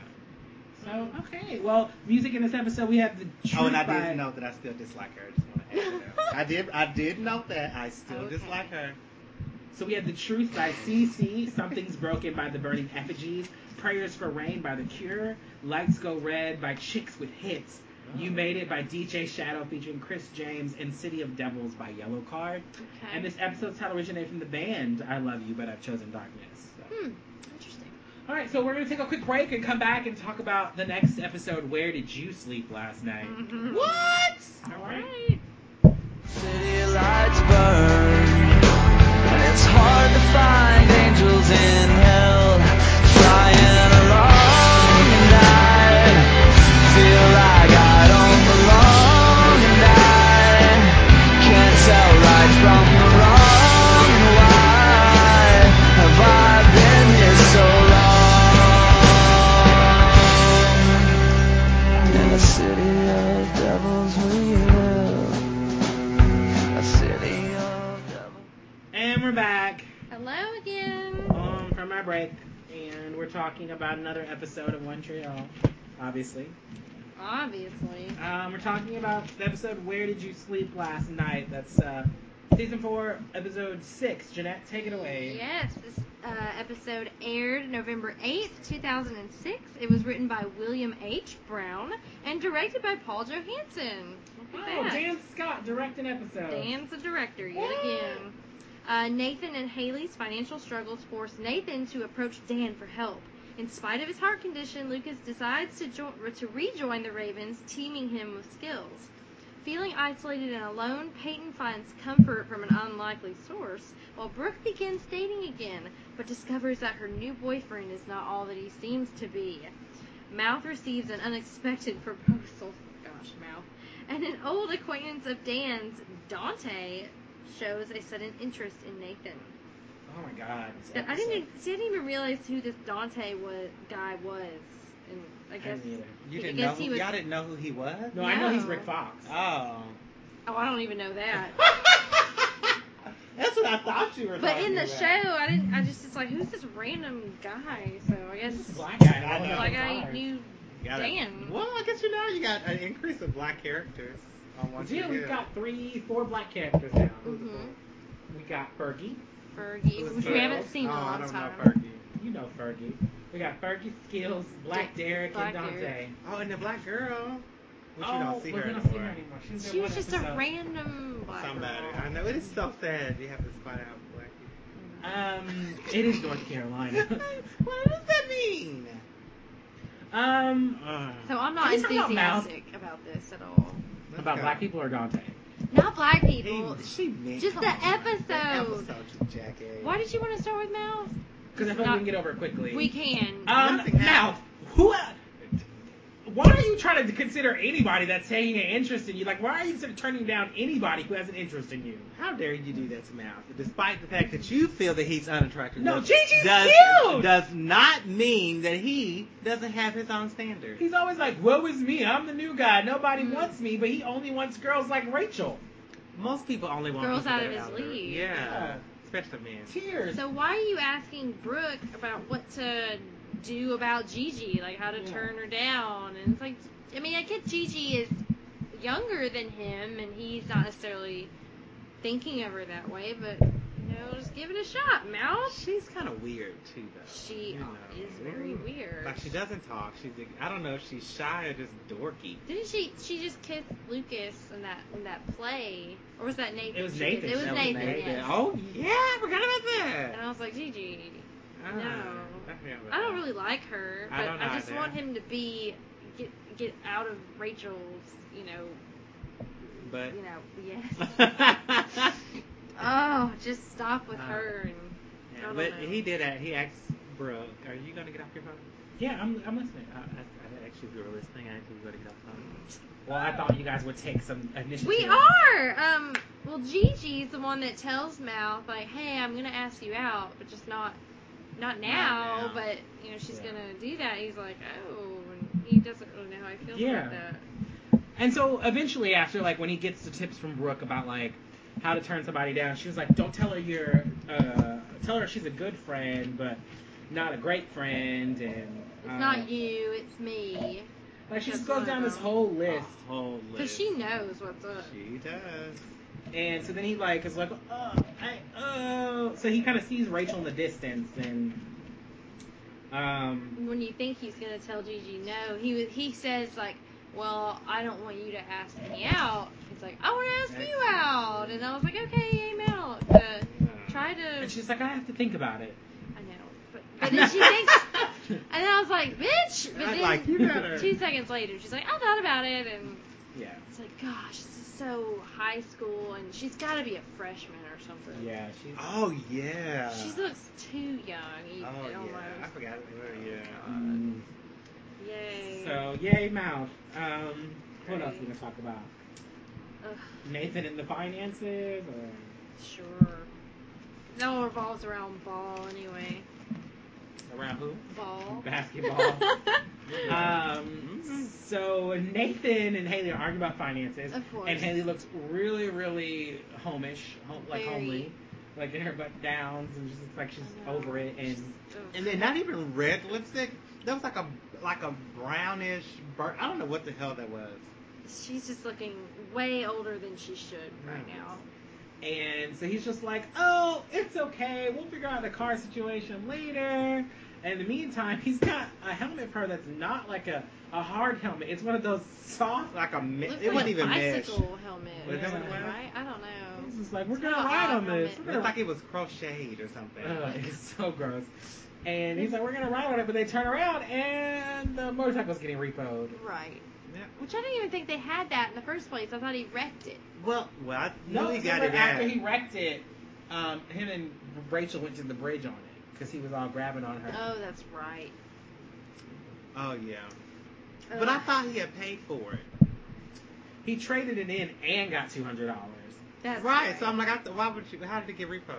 So okay, well, music in this episode we have the.
Oh, and I
Truth by-
did note that I still dislike her. I just want to add that. out. I did. I did note that I still
Okay.
dislike her.
So we have The Truth by CC, Something's Broken by The Burning Effigies, Prayers for Rain by The Cure, Lights Go Red by Chicks with Hits, You Made It by DJ Shadow featuring Chris James, and City of Devils by Yellow Card.
Okay.
And this episode's title originated from the band I Love You But I've Chosen Darkness. So.
Hmm. Interesting.
All right, so we're going to take a quick break and come back and talk about the next episode, Where Did You Sleep Last Night?
Mhm.
What?
All right.
City lights burn, and it's hard to find angels in hell. Flying along, and I feel like I don't belong, and I can't tell right from wrong. And why have I been here so long? In the city of devils, we live. A city of devils.
And we're back
Hello again.
um, from our break, and we're talking about another episode of One Tree Hill, obviously.
Obviously.
Um, we're talking about the episode Where Did You Sleep Last Night? That's uh, season four, episode six. Jeanette, take it away.
Yes, this uh, episode aired November 8th, 2006. It was written by William H. Brown and directed by Paul Johansson. Look at
Oh,
that.
Dan Scott, direct an episode.
Dan's the director yet
Yay.
again. Uh, Nathan and Haley's financial struggles force Nathan to approach Dan for help. In spite of his heart condition, Lucas decides to, jo- to rejoin the Ravens, teaming him with skills. Feeling isolated and alone, Peyton finds comfort from an unlikely source, while Brooke begins dating again, but discovers that her new boyfriend is not all that he seems to be. Mouth receives an unexpected proposal. Gosh, Mouth. And an old acquaintance of Dan's, Dante, shows a sudden interest in Nathan.
Oh my God. this
I didn't
episode.
even, see, I didn't even realize who this Dante was, guy was. And I guess.
didn't either.
You
I
didn't know.
guess
Who,
he was-
Y'all didn't know who he was.
No, I know he's
No.
Rick Fox.
Oh.
Oh, I don't even know that.
That's what I thought you were.
But
talking
in the
about.
show, I didn't. I just it's like, who's this random guy? So I guess
He's a black guy.
I know.
like I
Sorry.
knew
You gotta-
Dan.
Well, I guess you know you got an increase of black characters. I want
Yeah,
you
we've
here.
got three, four black characters now.
Mhm.
We got Fergie.
Fergie,
Who's
which we
Fergie?
haven't seen in
oh,
a
I
long
don't
time.
know Fergie.
You know Fergie. We got Fergie, Skills, Black Derek,
Black
and Dante.
Derek.
Oh, and the black girl. Which you
Oh,
don't see
well,
her
we don't
anymore.
see her anymore. She was, there
She
one
was just
episode.
a random black
Somebody.
girl.
I know it is so sad you have to spot out black people.
Um, it is North Carolina.
what does that mean?
um,
So I'm not
Can we talk about Mal?
enthusiastic about this at all.
Let's
about
go.
black people or Dante?
Not black
Hey,
people.
she meant
Just the
The
episode.
episode, you jackass.
Why did you want to start with Mal?
Because I feel like we can get over it quickly.
We can.
Um,
Nothing
now, who? Why are you trying to consider anybody that's taking an interest in you? Like, why are you sort of turning down anybody who has an interest in you?
How dare you do that to Mouth? Despite the fact that you feel that he's unattractive.
No,
does-
Gigi's
does,
cute!
Does not mean that he doesn't have his own standards.
He's always like, "Woe is me! I'm the new guy. Nobody
Mm.
wants me." But he only wants girls like Rachel.
Most people only want
Girls
people
out
that
of
are
his
there.
league.
Yeah.
Yeah.
especially men.
Tears.
So why are you asking Brooke about what to do about Gigi, like how to
Yeah.
turn her down? And it's like, I mean, I get Gigi is younger than him, and he's not necessarily thinking of her that way, but you know, just give it a shot, Mal.
She's kind of weird too, though.
She uh,
You know.
is very
Mm.
weird.
Like she doesn't talk. She's I don't know if she's shy or just dorky.
Didn't she? She just kissed Lucas in that in that play, or was that Nathan?
It was
She kissed-
Nathan.
It was
That was
Nathan.
Nathan.
yes.
Oh yeah, I forgot about
And
that.
I was like, Gigi,
Ah,
no.
I forgot about
I don't
that.
really like her, but
I don't
I, just
either.
want him to be get get out of Rachel's, you know,
But
you know, yes. oh, just stop with
Uh,
her and I
Yeah,
don't
but
know.
he did that. He asked Brooke, "Are you gonna get off your phone?"
yeah, I'm, I'm listening. Uh,
I, I, I actually, if you were listening, I actually was gonna get off the phone.
Well, I thought you guys would take some initiative.
we are. Um, well, Gigi's the one that tells Mouth like, hey, I'm gonna ask you out, but just not not now.
now.
But you know, she's
Yeah.
gonna do that. He's like, oh, and he doesn't really know how he feels
Yeah.
about that.
And so eventually, after like when he gets the tips from Brooke about like how to turn somebody down, she was like, "Don't tell her you're, uh, tell her she's a good friend, but not a great friend." And
It's
uh,
not you, it's me.
Like she just
That's
goes down
what I
this
know.
whole list,
A Oh, whole
Because
list.
she knows what's up.
She does.
and so then he like is like, "Oh, I, oh." So he kind of sees Rachel in the distance, and um,
when you think he's gonna tell Gigi no, he was he says like, "Well, I don't want you to ask me out." He's like, "I want to ask you out," and I was like, "Okay, I'm out." Uh, try to.
and she's like, "I have to think about it."
I know, but, but then she thinks, and I was like, "Bitch!" But
I'd
then
like you better.
two seconds later, she's like, "I thought about it," and
Yeah,
it's like, "Gosh, this is so high school," and she's got to be a freshman or something.
yeah, she's.
Oh yeah.
She looks too young,
Oh
even
yeah. I
almost.
forgot. Oh, yeah.
Mm-hmm.
Mm.
Yay!
So yay, mouth. Um, what else are we gonna talk about?
Ugh.
Nathan and the finances, or
Sure. It all revolves around ball anyway.
around who?
Ball.
Basketball.
Uh,
Um, so Nathan and Haley are arguing about finances,
Of course.
and Haley looks really, really homish, ho- like
Very.
homely, like in her butt downs, and just looks like she's
I know.
over it. And
Ugh.
and then not even red lipstick. That was like a like a brownish. Bur- I don't know what the hell that was.
She's just looking way older than she should right
Nice.
now.
and so he's just like, "Oh, it's okay. We'll figure out the car situation later." And in the meantime, he's got a helmet for her that's not like a, a hard helmet. It's one of those soft
Like a me-
Looks
it
like
wasn't
a
even mesh.
bicycle helmet.
Was
that what it was?
Right? I don't
He's
know.
just like, we're
It's
gonna
not
ride
odd
on this.
helmet.
We're
It
gonna
looked like it was crocheted or something.
Ugh, it's so gross. And he's like, we're gonna ride on it, but they turn around and the motorcycle's getting repoed.
Right.
Yeah.
Which I didn't even think they had that in the first place. I thought he wrecked it.
Well, well, I
No,
knew he
it's
got
like
it
after
out.
he wrecked it, um, him and Rachel went to the bridge on it because he was all grabbing on her.
Oh, that's right.
Oh yeah. But I
Ugh.
thought he had paid for it.
He traded it in and got two hundred dollars.
that's
right. So I'm like, I th- why would you? How did it get repo?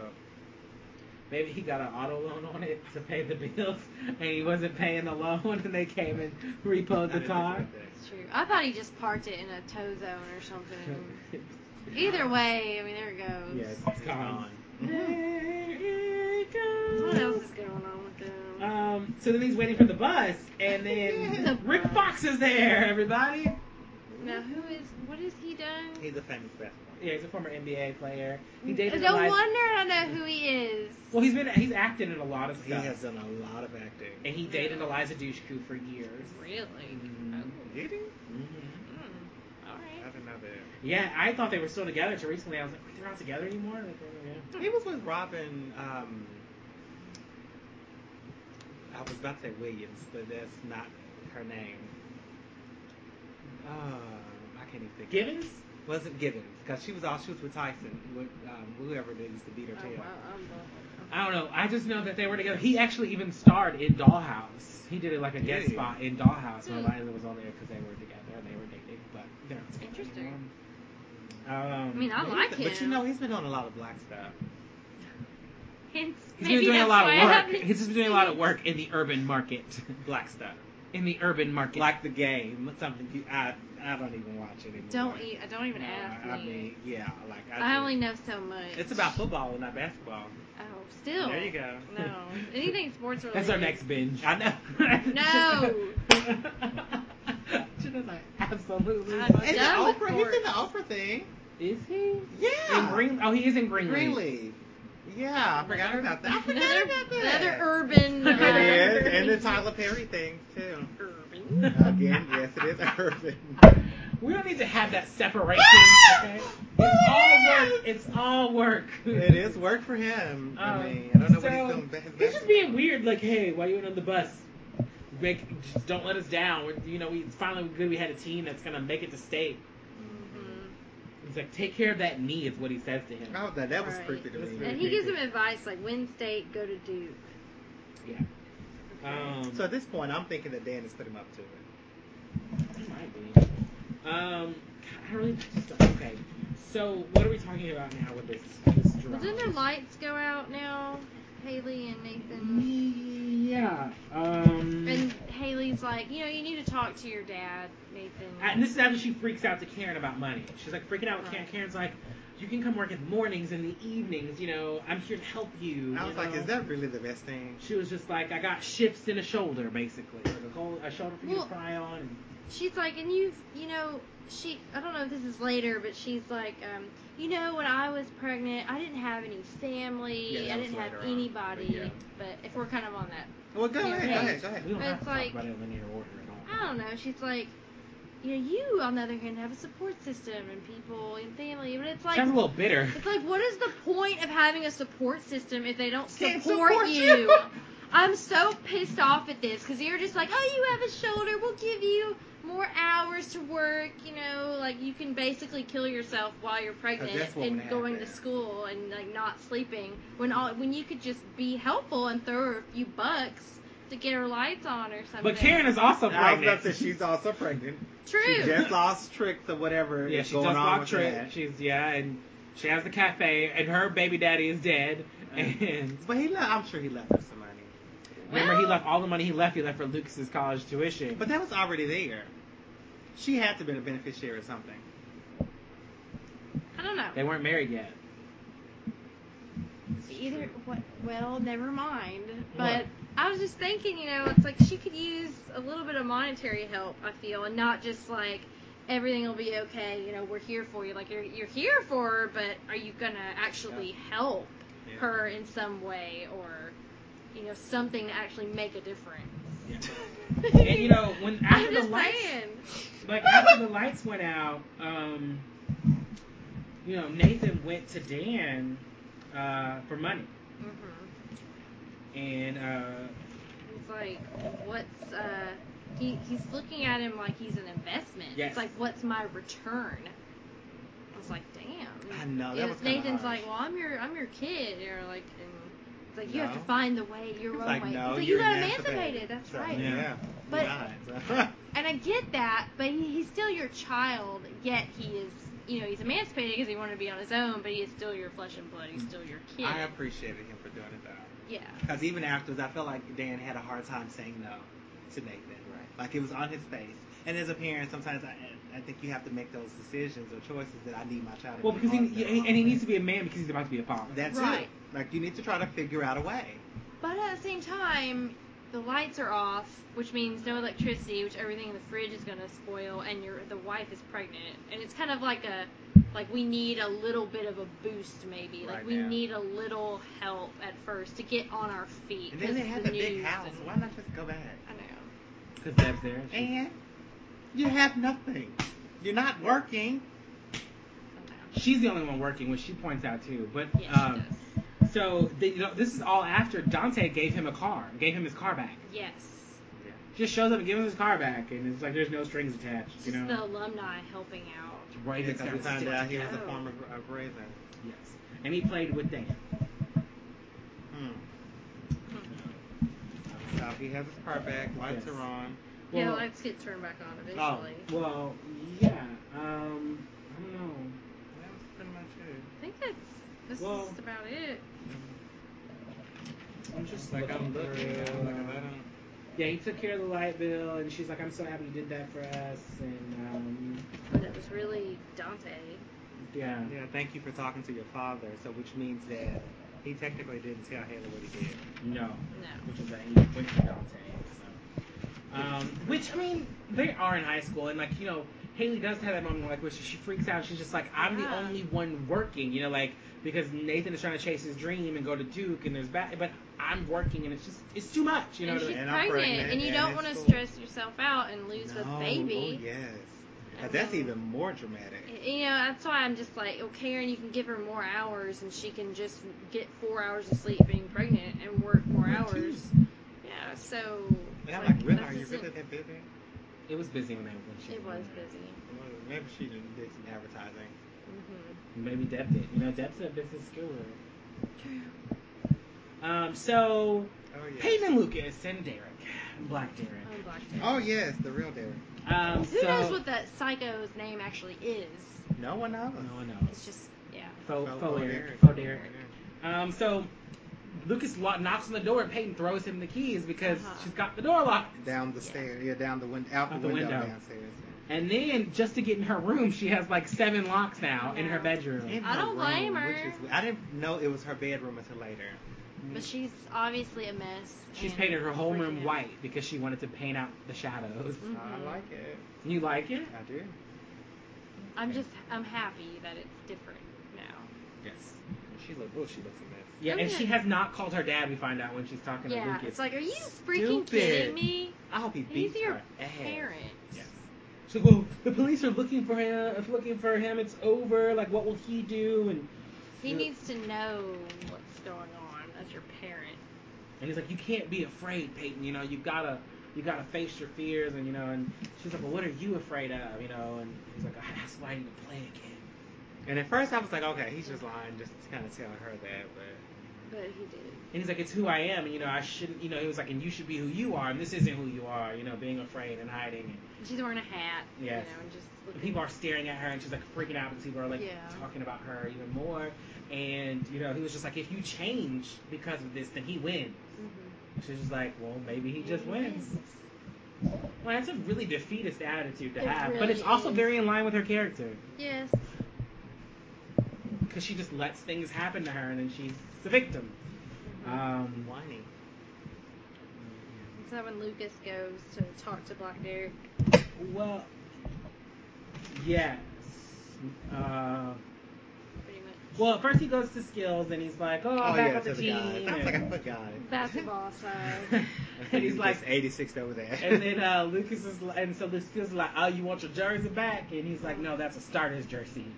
Maybe he got an auto loan on it to pay the bills, and he wasn't paying the loan, and they came and repoed the car.
That's true. I thought he just parked it in a tow zone or something. Either way, I mean, there it goes.
yeah, it's gone. There it goes.
What else is going on with them?
Um, so then he's waiting for the bus, and then
The
Rick
bus.
Fox is there, everybody.
Now, who is? What has he done?
He's a famous basketball.
Yeah, he's a former NBA player. He dated
No
a lot-
wonder I don't know who he is.
Well, he's been he's acted in a lot of
He
stuff,
has done a lot of acting.
and he dated Eliza Dushku for years.
Really?
Did he?
Oh. Mm. All
I
right.
didn't know that.
Yeah, I thought they were still together until recently. I was like, wait, they're not together anymore. Like, oh, yeah.
Hmm.
He was with Robin. Um, I was about to say Williams, but that's not her name. Um, I can't even think. of it.
Givens?
wasn't Gibbons because she was all she was with Tyson, with um, whoever they used to beat her
Oh,
tail.
wow, I'm lost.
I don't know. I just know that they were together. He actually even starred in Dollhouse. He did it like a guest
Yeah.
spot in Dollhouse when
Hmm.
Eliza was on there because they were together and they were dating. But they're not together
Interesting.
anymore. Um,
I mean, I
But
like
he's-
him.
But you know, he's been doing a lot of black stuff.
Hence,
he's
maybe
been doing a
that's
lot
why I
of
haven't
work. He's just been doing a
seen
lot of
it.
work in the urban market.
Black stuff.
In the urban market.
Like the game, something you, I I don't even watch it anymore.
Don't e- I don't even
No,
ask
I
me.
mean, yeah, like
I
I, do.
only know so much.
It's about football and not basketball.
Oh, still.
There you go.
No, anything sports related.
That's our next binge.
I know.
No.
Jenna's like, absolutely.
I
not.
It's
done with
Oprah. He's in the
sports.
Oprah thing.
Uh, Is he?
Yeah.
In Green. Oh, he is in Greenleaf.
Greenleaf. Yeah, I forgot about that. I forgot
Another,
about that.
another urban.
It
uh,
It is, and the Tyler Perry thing too.
urban.
Again, yes, it is urban.
We don't need to have that separation. Okay. It's all work. It's all work.
It is work for him.
Um,
I mean, I don't know what
so,
he's doing. but his
He's just
basketball-
being weird. Like, hey, why you went on the bus? Make, just don't let us down. We're, you know, we it's finally good. We had a team that's gonna make it to state.
Mhm.
He's like, take care of that knee. Is what he says to him.
Oh, that, that was
Right.
creepy to me.
And he gives him advice like win state, go to Duke.
Yeah. Um,
So at this point, I'm thinking that Dan has put him up to it.
It might be. Um, I really just don't- okay. So what are we talking about now with this this
Well,
drama?
didn't their lights go out now? Haley and Nathan.
Yeah. Um.
And Mm-hmm. Haley's like, you know, you need to talk to your dad, Nathan.
and this is after she freaks out to Karen about money. She's like freaking out with Karen.
Right.
Karen's like, "You can come work in the mornings and the evenings. You know, I'm here to help you."
I
you
was like,
know?
is that really the best thing?
She was just like, "I got shifts in a shoulder, basically, like a, cold, a shoulder for you
Well-
to cry on." And,
She's like, and you, you know, she, I don't know if this is later, but she's like, um, you know, when I was pregnant, I didn't have any family,
Yeah, that
I
was
didn't have
later on,
anybody.
but yeah.
But if we're kind of on that,
Well, go
Yeah.
ahead, go ahead,
We
go ahead.
don't
But
have
it's
to talk
like-
about it in linear order at all.
I don't know. She's like, you know, you on the other hand have a support system and people and family, but it's like,
Sounds a little bitter.
it's like, what is the point of having a support system if they don't
Can't
support,
support
you?
you.
I'm so pissed off at this because you're just like, oh, you have a shoulder. We'll give you more hours to work. You know, like you can basically kill yourself while you're pregnant
that's what
and
would
going to
happen.
school and like not sleeping when all when you could just be helpful and throw her a few bucks to get her lights on or something.
But Karen is also
I was
pregnant.
about to say she's also pregnant.
true.
She just lost tricks or whatever
Yeah,
is
she
going
just
on
locked
with
Trick.
that.
She's yeah, and she has the cafe, and her baby daddy is dead.
Uh-huh.
And
But he, le- I'm sure he left her some money.
remember, he
Well-
left all the money he left. He left for Lucas's college tuition.
But that was already there. She had to be a beneficiary or something.
I don't know.
they weren't married yet.
Either what? Well, never mind.
What?
But I was just thinking, you know, it's like she could use a little bit of monetary help. I feel, and not just like everything will be okay. You know, we're here for you. Like you're you're here for her, but are you gonna actually help
Yeah.
her in some way, or you know, something to actually make a difference?
And you know, when after
I'm
the
just
lights,
saying.
like after the lights went out, um, you know, Nathan went to Dan uh, for money,
hmm
and uh,
It's like what's uh. He, he's looking at him like he's an investment.
Yes.
It's like, what's my return? I was like, damn.
I know that
It-
was kinda
Nathan's
harsh.
like, well, I'm your, I'm your kid, and you're like, and it's like you have to
No.
find the way, your
It's
own
like,
way.
no,
it's like
you're
you got
emancipated.
emancipated. That's
So,
right.
Yeah.
But-
Right.
And I get that, but he, he's still your child. Yet he is, you know, he's emancipated because he wanted to be on his own, but he is still your flesh and blood. He's still your kid.
Mm. I appreciated him for doing it though,
yeah.
because even afterwards, I felt like Dan had a hard time saying no to Nathan. Right. Like it was on his face. And as a parent, sometimes I, I think you have to make those decisions or choices that I need my child. to
well,
be
because he
part of.
and he needs to be a man because he's about to be a father.
That's
Right.
it. Like you need to try to figure out a way.
But at the same time, The lights are off, which means no electricity, which everything in the fridge is gonna spoil, and your the wife is pregnant, and it's kind of like a like we need a little bit of a boost, maybe. Like
Right
we
now.
need a little help at first to get on our feet.
And then they
'cause
have
the
a big
news
house.
and-
Why not just go back?
I know.
Because Deb's there. and she's-
And you have nothing. You're not working.
Somehow.
She's the only one working, which she points out too. But
Yeah,
um,
she does.
so the, you know, this is all after Dante gave him a car, gave him his car back.
Yes.
Just shows up and gives him his car back, and it's like there's no strings attached, you
Just the
know.
alumni helping out.
Right,
Because we
exactly.
found out he was a
Oh.
former a raisin.
Yes, and he played with Dan.
Hmm. So he has his car back. Lights
Yes.
are on.
Well,
yeah, lights get turned back
oh.
on eventually.
Well, yeah. Um, I don't know.
That was pretty much it.
I think that's this
Well-
is about it.
I'm just
like I'm
through-
looking. I'm like, I don't.
Yeah, he took care of the light bill, and she's like, "I'm so happy you did that for us." And um,
But it was really Dante.
yeah,
Yeah, thank you for talking to your father. So, which means that he technically didn't tell Haley what he did.
no,
No.
which is that he went to Dante. So. Um, which I mean, they are in high school, and like you know, Haley does have that moment like where she, she freaks out. She's just like, "I'm the
Yeah.
only one working," you know, like because Nathan is trying to chase his dream and go to Duke, and there's bad, but I'm working, and it's just it's too much, you know.
and
what I
she's
mean?
and I'm
pregnant,
pregnant,
and you
and
don't
it's
want to
cool.
stress yourself out and lose the
No,
baby.
Oh, yes. Now, that's
Um,
even more dramatic.
Y- You know, that's why I'm just like, oh, Karen, you can give her more hours, and she can just get four hours of sleep being pregnant and work more
Or
hours.
two.
Yeah, so.
And I'm
like,
like, really?
this
Are you
isn't-
really that busy?
It was busy when they when she
It was busy.
Well, Maybe she didn't did some advertising.
Mm-hmm.
Maybe Deb did. You know, Deb's a business guru. Um, so
Oh, yes.
Peyton Lucas and Derek, Black Derek.
Oh, black
Oh, yes, the real Derek.
Um,
Who
so,
knows what that psycho's name actually is?
No one knows.
No one
It's
knows.
just, yeah.
Faux,
Faux-
faux
faux
Derek.
Derek.
Faux Derek. Um, so Lucas lo- knocks on the door and Peyton throws him the keys because
Uh-huh.
she's got the door locked.
Down the
Yeah.
stairs. Yeah, down the window. Out, the, window, downstairs.
And then just to get in her room, she has like seven locks now in her
Wow.
bedroom.
In
I
her
don't blame
room,
her.
which is- I didn't know it was her bedroom until later.
But she's obviously a mess.
Mm. She's
and
painted her whole room
freaking out.
white because she wanted to paint out the shadows.
Mhm.
I like it.
You like it?
I do.
I'm just, I'm happy that it's different now.
Yes.
She look. Oh, she looks a mess.
Yeah,
I'm
and
gonna-
she has not called her dad. We find out when she's talking to
Oh, Yeah,
Lucas.
it's like, are you freaking
Stupid.
kidding me?
I hope he
He's
beats
your
her ass.
parent.
Yes.
So well, the police are looking for him. If looking for him, it's over. Like, what will he do? And
He
Yeah.
needs to know what's going on as your parent.
and he's like, you can't be afraid, Peyton. You know, you gotta you gotta face your fears. And you know, and she's like, well, what are you afraid of? You know, and he's like, "Ah, that's why I need to play again.
And at first I was like, okay, he's just lying, just to kind of telling her that. But
But he did.
And he's like, it's who I am. And you know, I shouldn't. You know, he was like, and you should be who you are. And this isn't who you are. You know, being afraid and hiding.
She's wearing a hat.
Yes.
You know, and just
And
looking.
people are staring at her, and she's like freaking out. And people are like
Yeah.
talking about her even more. And you know, he was just like, if you change because of this, then he wins.
Mhm.
She's just like, well, maybe he just wins.
Yes.
Well, that's a really defeatist attitude to
It
have, but
really
it's also
is.
very in line with her character
Yes.
because she just lets things happen to her and then she's the victim. Um,
whiny.
Is that when Lucas goes to talk to Black Derek?
well, yes. Uh,
Pretty much.
well, at first he goes to skills and he's like, oh, I'm back
yeah,
with the,
to the
team.
guys. I was like, I
and-
forgot.
Basketball side.
and he's like,
86 over there.
and then uh, Lucas is, li- and so Lucas is like, oh, you want your jersey back? And he's like, no, that's a starter's jersey.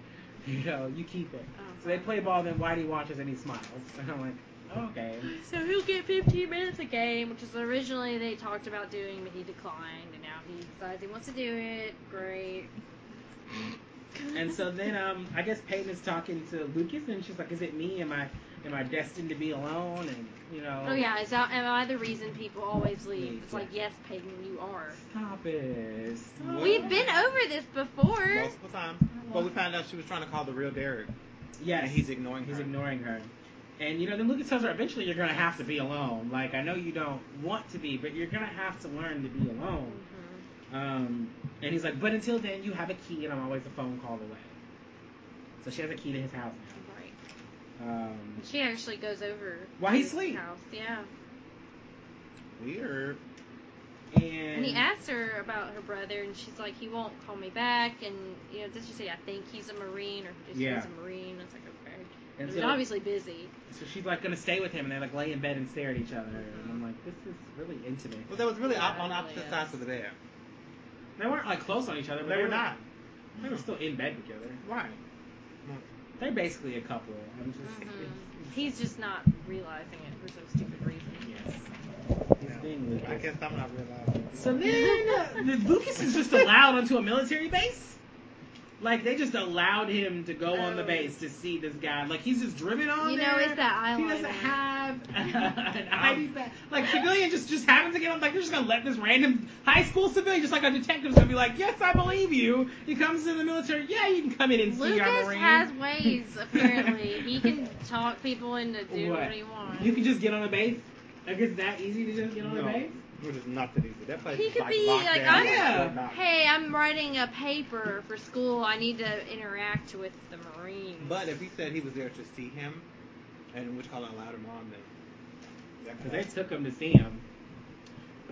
You know, you keep it.
Oh,
So they play ball, then Whitey watches and he smiles. And I'm like, oh, okay.
So he'll get 15 minutes a game, which is originally they talked about doing, but he declined, and now he decides he wants to do it. Great.
And so then, um, I guess Peyton is talking to Lucas, and she's like, "Is it me? Am I, am I destined to be alone?" And you know,
Oh yeah, is that am I the reason people always leave?
Leave,
It's like yes, Peyton, you are.
stop it. Stop.
Well-
We've been over this before.
Multiple times. But we found out she was trying to call the real Derek.
Yes,
And he's ignoring
he's
her.
ignoring her. And you know, then Lucas tells her, "Eventually, you're gonna have to be alone. Like I know you don't want to be, but you're gonna have to learn to be alone."
Mhm.
Um, and he's like, "But until then, you have a key, and I'm always a phone call away." So she has a key to his house
Right.
now. Um,
She actually goes over.
While
to
he's
his
asleep.
House. Yeah.
weird.
And
And
he asked her about her brother, and she's like, he won't call me back. And, you know, did she say, I think he's a Marine, or just
Yeah.
he's a Marine? It's like, okay.
And
He's
so,
obviously busy.
so she's like gonna stay with him, and they like lay in bed and stare at each other. And I'm like, this is really intimate.
Well, they was really op- on
Yeah,
opposite
yeah.
sides of the bed.
They weren't like close on each other,
They
but
were not.
They were still in bed together.
Why?
They're basically a couple. I'm just.
Mhm. He's just not realizing it for some stupid reason.
Yes. He's
Yeah.
being Lucas.
I guess I'm not realizing.
So then uh, the- Lucas is just allowed onto a military base. Like they just allowed him to go on the
Oh.
base to see this guy. Like he's just driven on
Oh,
You know,
there.
it's that
he
eyeliner.
doesn't have an ID badge. Like civilian just just happens to get on. Like they're just gonna let this random high school civilian, just like a detective's gonna be like, yes, I believe you. He comes in the military. Yeah, you can come in and see our
Lucas
marine.
has ways, apparently. he can talk people into doing what,
What?
he wants.
you can just get on a base. Like it's that easy to just get on
No.
a base.
Which is not that easy. That place
He
is
could
like
be,
locked
like,
down,
I'm-
like, not-
hey, I'm writing a paper for school. I need to interact with the Marines.
But if he said he was there to see him, and which call allowed him on, then
Because they took him to see him.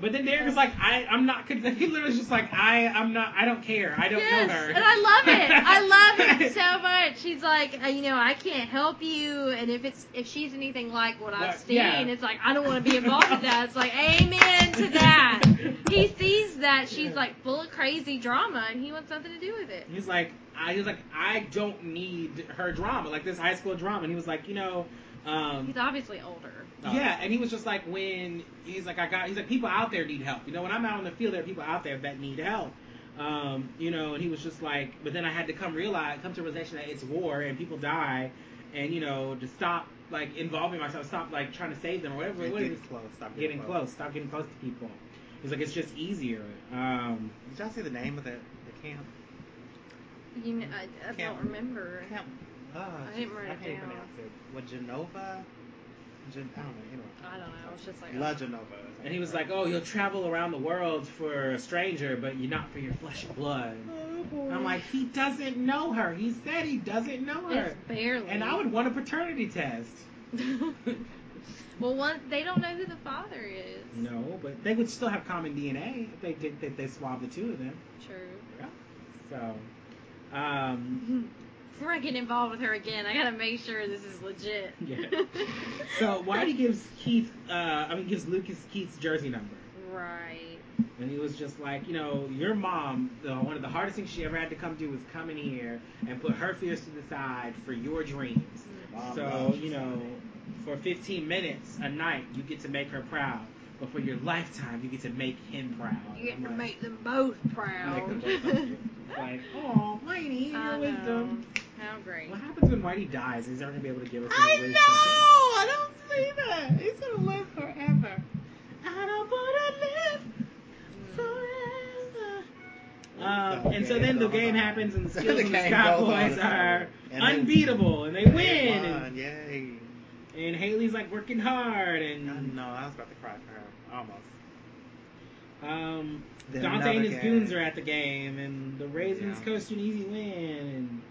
But then Derek was like, I, I'm not. Cause he literally was just like, I, I'm not. I don't care. I don't
yes,
know her.
and I love it. I love it so much. He's like, uh, you know, I can't help you, and if it's if she's anything like what I've
What-
seen,
yeah.
it's like I don't want to be involved with that. It's like amen to that. He sees that she's like full of crazy drama, and he wants nothing to do with it.
He's like, I, he was like, I don't need her drama, like this high school drama. And he was like, you know, um,
He's obviously older.
yeah. And he was just like, when he's like, I got, he's like, people out there need help. You know, when I'm out on the field, there are people out there that need help. Um, you know, and he was just like, but then I had to come realize, come to a realization that it's war and people die, and you know, to stop like involving myself, stop like trying to save them or whatever.
You're
whatever
getting close. Stop
getting close. Stop getting close to people. He's like, it's just easier. Um,
Did y'all see the name of the, the camp?
You know, I, I
Can't-
don't remember.
Camp. Uh,
I didn't write it
can't
down.
pronounce it. What Genova? Gen- I don't know. Anyway.
I don't know. It's just like oh.
La Genova. or something.
and he was like, oh, you'll travel around the world for a stranger, but you're not for your flesh and blood. And I'm like, he doesn't know her. He said he doesn't know her.
it's barely.
And I would want a paternity test.
well, one they don't know who the father is.
No, but they would still have common DNA if they did that. They swabbed the two of them.
True.
So, um,
Before I get involved with her again, I gotta make sure this is legit.
Yeah. so Whitey gives Keith, uh, I mean, gives Lucas Keith's jersey number.
Right.
And he was just like, you know, your mom, the, one of the hardest things she ever had to come do was come in here and put her fears to the side for your dreams.
Mom
so,
loves
you know, for 15 minutes a night, you get to make her proud. But for your lifetime, you get to make him proud.
You get
I'm
to
like,
make them both
Oh make
proud.
them both happy. It's like, oh, Whitey,
I
your
know.
wisdom.
How great.
What happens when Whitey dies? He's not going to be able to give us
I
any
know.
wisdom.
I don't see that. He's gonna live forever. I don't wanna live forever.
Um, and so then the game happens, and the
The
Skills and the
game
Sky
goes on.
Boys are
And they-
unbeatable, and they
They
win.
won,
And,
Yay.
and Haley's like working hard,
I
and
know. I was about to cry for her. Almost.
um,
Then
Dante and
another
his
game.
goons are at the game, and the Ravens
Yeah.
coast to an easy win.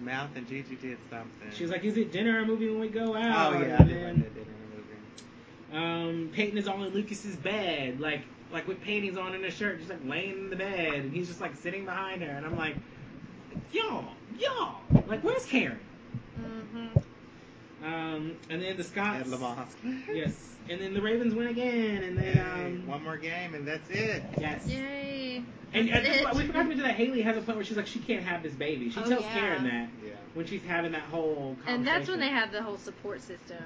Mouth and Gigi did something.
And she was like, "Is it dinner or movie when we go
Oh,
out?"
yeah, I
And
did like
then,
that dinner movie.
um, Peyton is all in Lucas's bed, like like with paintings on and a shirt, just like laying in the bed, and he's just like sitting behind her, and I'm like, "Y'all, y'all, like where's Karen?"
Mm-hmm.
Um, and then the
At
Scots.
Lamont.
Yes. And then the Ravens win again, and then um,
One more game and that's it.
yes.
Yay.
And at this
That's
point, we
it.
forgot to mention that Haley has a point where she's like, she can't have this baby. She
Oh,
tells
yeah.
Karen that
Yeah.
when she's having that whole. Conversation.
And that's when they have the whole support system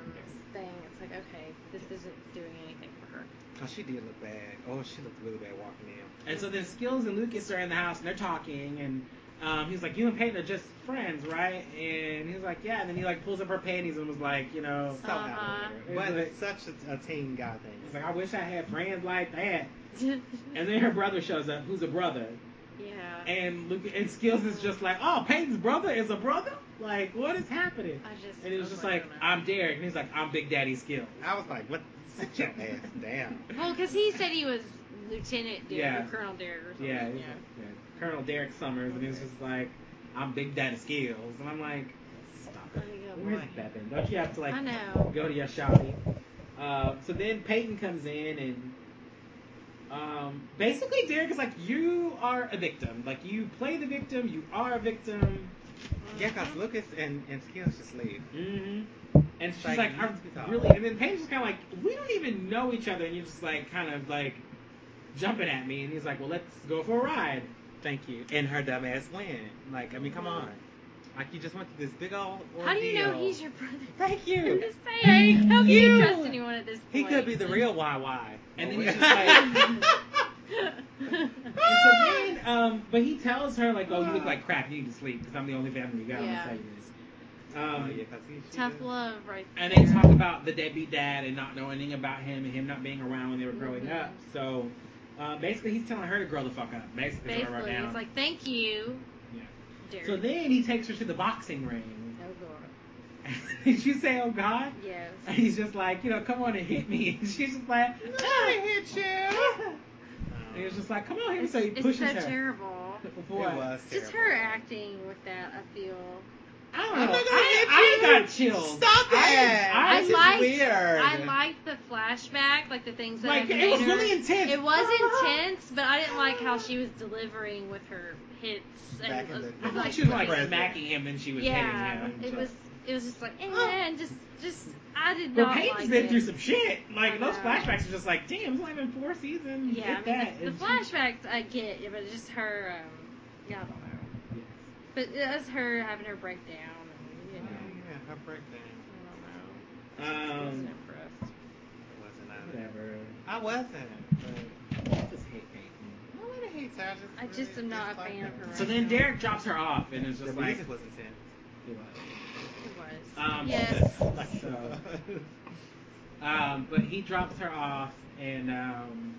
thing. It's like, okay, this isn't doing anything for her.
Cause she did look bad. Oh, she looked really bad walking in.
And so then Skills and Lucas are in the house and they're talking, and um, he's like, "You and Peyton are just friends, right?" And he's like, "Yeah." And then he like pulls up her panties and was like, "You know."
So out of
Uh-huh.
order. But it's such a, a teen guy thing.
He's like, "I wish I had friends like that." And then her brother shows up, who's a brother,
yeah.
and Luke and Skills is just like, oh, Peyton's brother is a brother. Like, what is happening?
I just.
And it was
I
just like,
I don't know.
I'm Derek, and he's like, I'm Big Daddy Skills.
I was like, what? Sit your ass down.
Well, because he said he was Lieutenant
Yeah.
Derek or Colonel Derek or something.
Yeah, he's like, yeah, Colonel Derek Summers, and he was just like, I'm Big Daddy Skills, and I'm like, stop it.
Oh, boy.
Where's Bevan? Don't you have to like
I know.
go to your shouting? Uh, so then Peyton comes in and Um, basically, Derek is like, you are a victim. Like, you play the victim, you are a victim.
Yeah, cause Lucas and and Skills just leave.
Mm-hmm. And she's
Like,
like,
you
I
need to talk.
really. And then Paige's just kind of like, we don't even know each other, and you're just like, kind of like, jumping at me. And he's like, well, let's go for a ride.
Thank you. And her dumb ass win. Like, I mean, come on. Like, you just went through this big old ordeal.
How do you know he's your brother?
Thank
I'm
you.
just saying. How can you
you.
trust anyone at this point?
He could be the real YY.
And then
Oh,
he's just
well.
like. And so then, um, but he tells her like, "Oh, you look like crap. You need to sleep because I'm the only family you got.
Yeah.
I'm gonna tell you this."
Oh,
Um,
yeah, 'cause he- she
Tough
does.
love, right there.
And they talk about the deadbeat dad and not knowing anything about him and him not being around when they were growing
Mhm.
up. So uh, basically, he's telling her to grow the fuck up. Basically, is what I wrote
Basically,
down.
it's like, thank you,
Yeah.
Derek.
so then he takes her to the boxing ring.
oh, God.
Did you say, "Oh God"?
Yes.
And he's just like, you know, come on and hit me. And she's just like, I hit you.
Um,
And he was just like, come on, hit me.
It's,
So he
it's
pushes
so
her.
terrible.
it
Boy,
was
Just her
terrible.
acting with that, I feel.
I don't know.
I'm not gonna
I,
hit
I
you.
got chills.
Stop it.
I, I,
I
This is
like-
weird.
I liked the flashback, like the things that
like
had
it was
made her-
really intense.
It was intense, but I didn't like how she was delivering with her hits.
Back
And
in the-
I
I
thought
like,
she was like
Impressive.
smacking him and she was
yeah,
hitting him.
it was. It was just like, eh,
Oh.
and just, just, I did
Well,
not
Peyton's
like
been
it.
through some shit.
I
Like
know.
those flashbacks are just like, damn, it's only been four seasons.
Yeah,
If
I mean,
that.
the, the
And she-
flashbacks I get, but it's just her. Um, yeah, I don't know.
Yes.
But that's her having her breakdown. And, you
Yeah,
know,
her breakdown.
I don't know. I wasn't
Um,
impressed.
It wasn't either.
whatever.
I wasn't. But
I just hate Peyton.
no one hates her.
I
really
just am not a
dislike
fan of her.
So then Derek drops her off and is
The
just like,
music was intense.
It was.
Um,
yes.
So,
uh,
um, but he drops her off and um,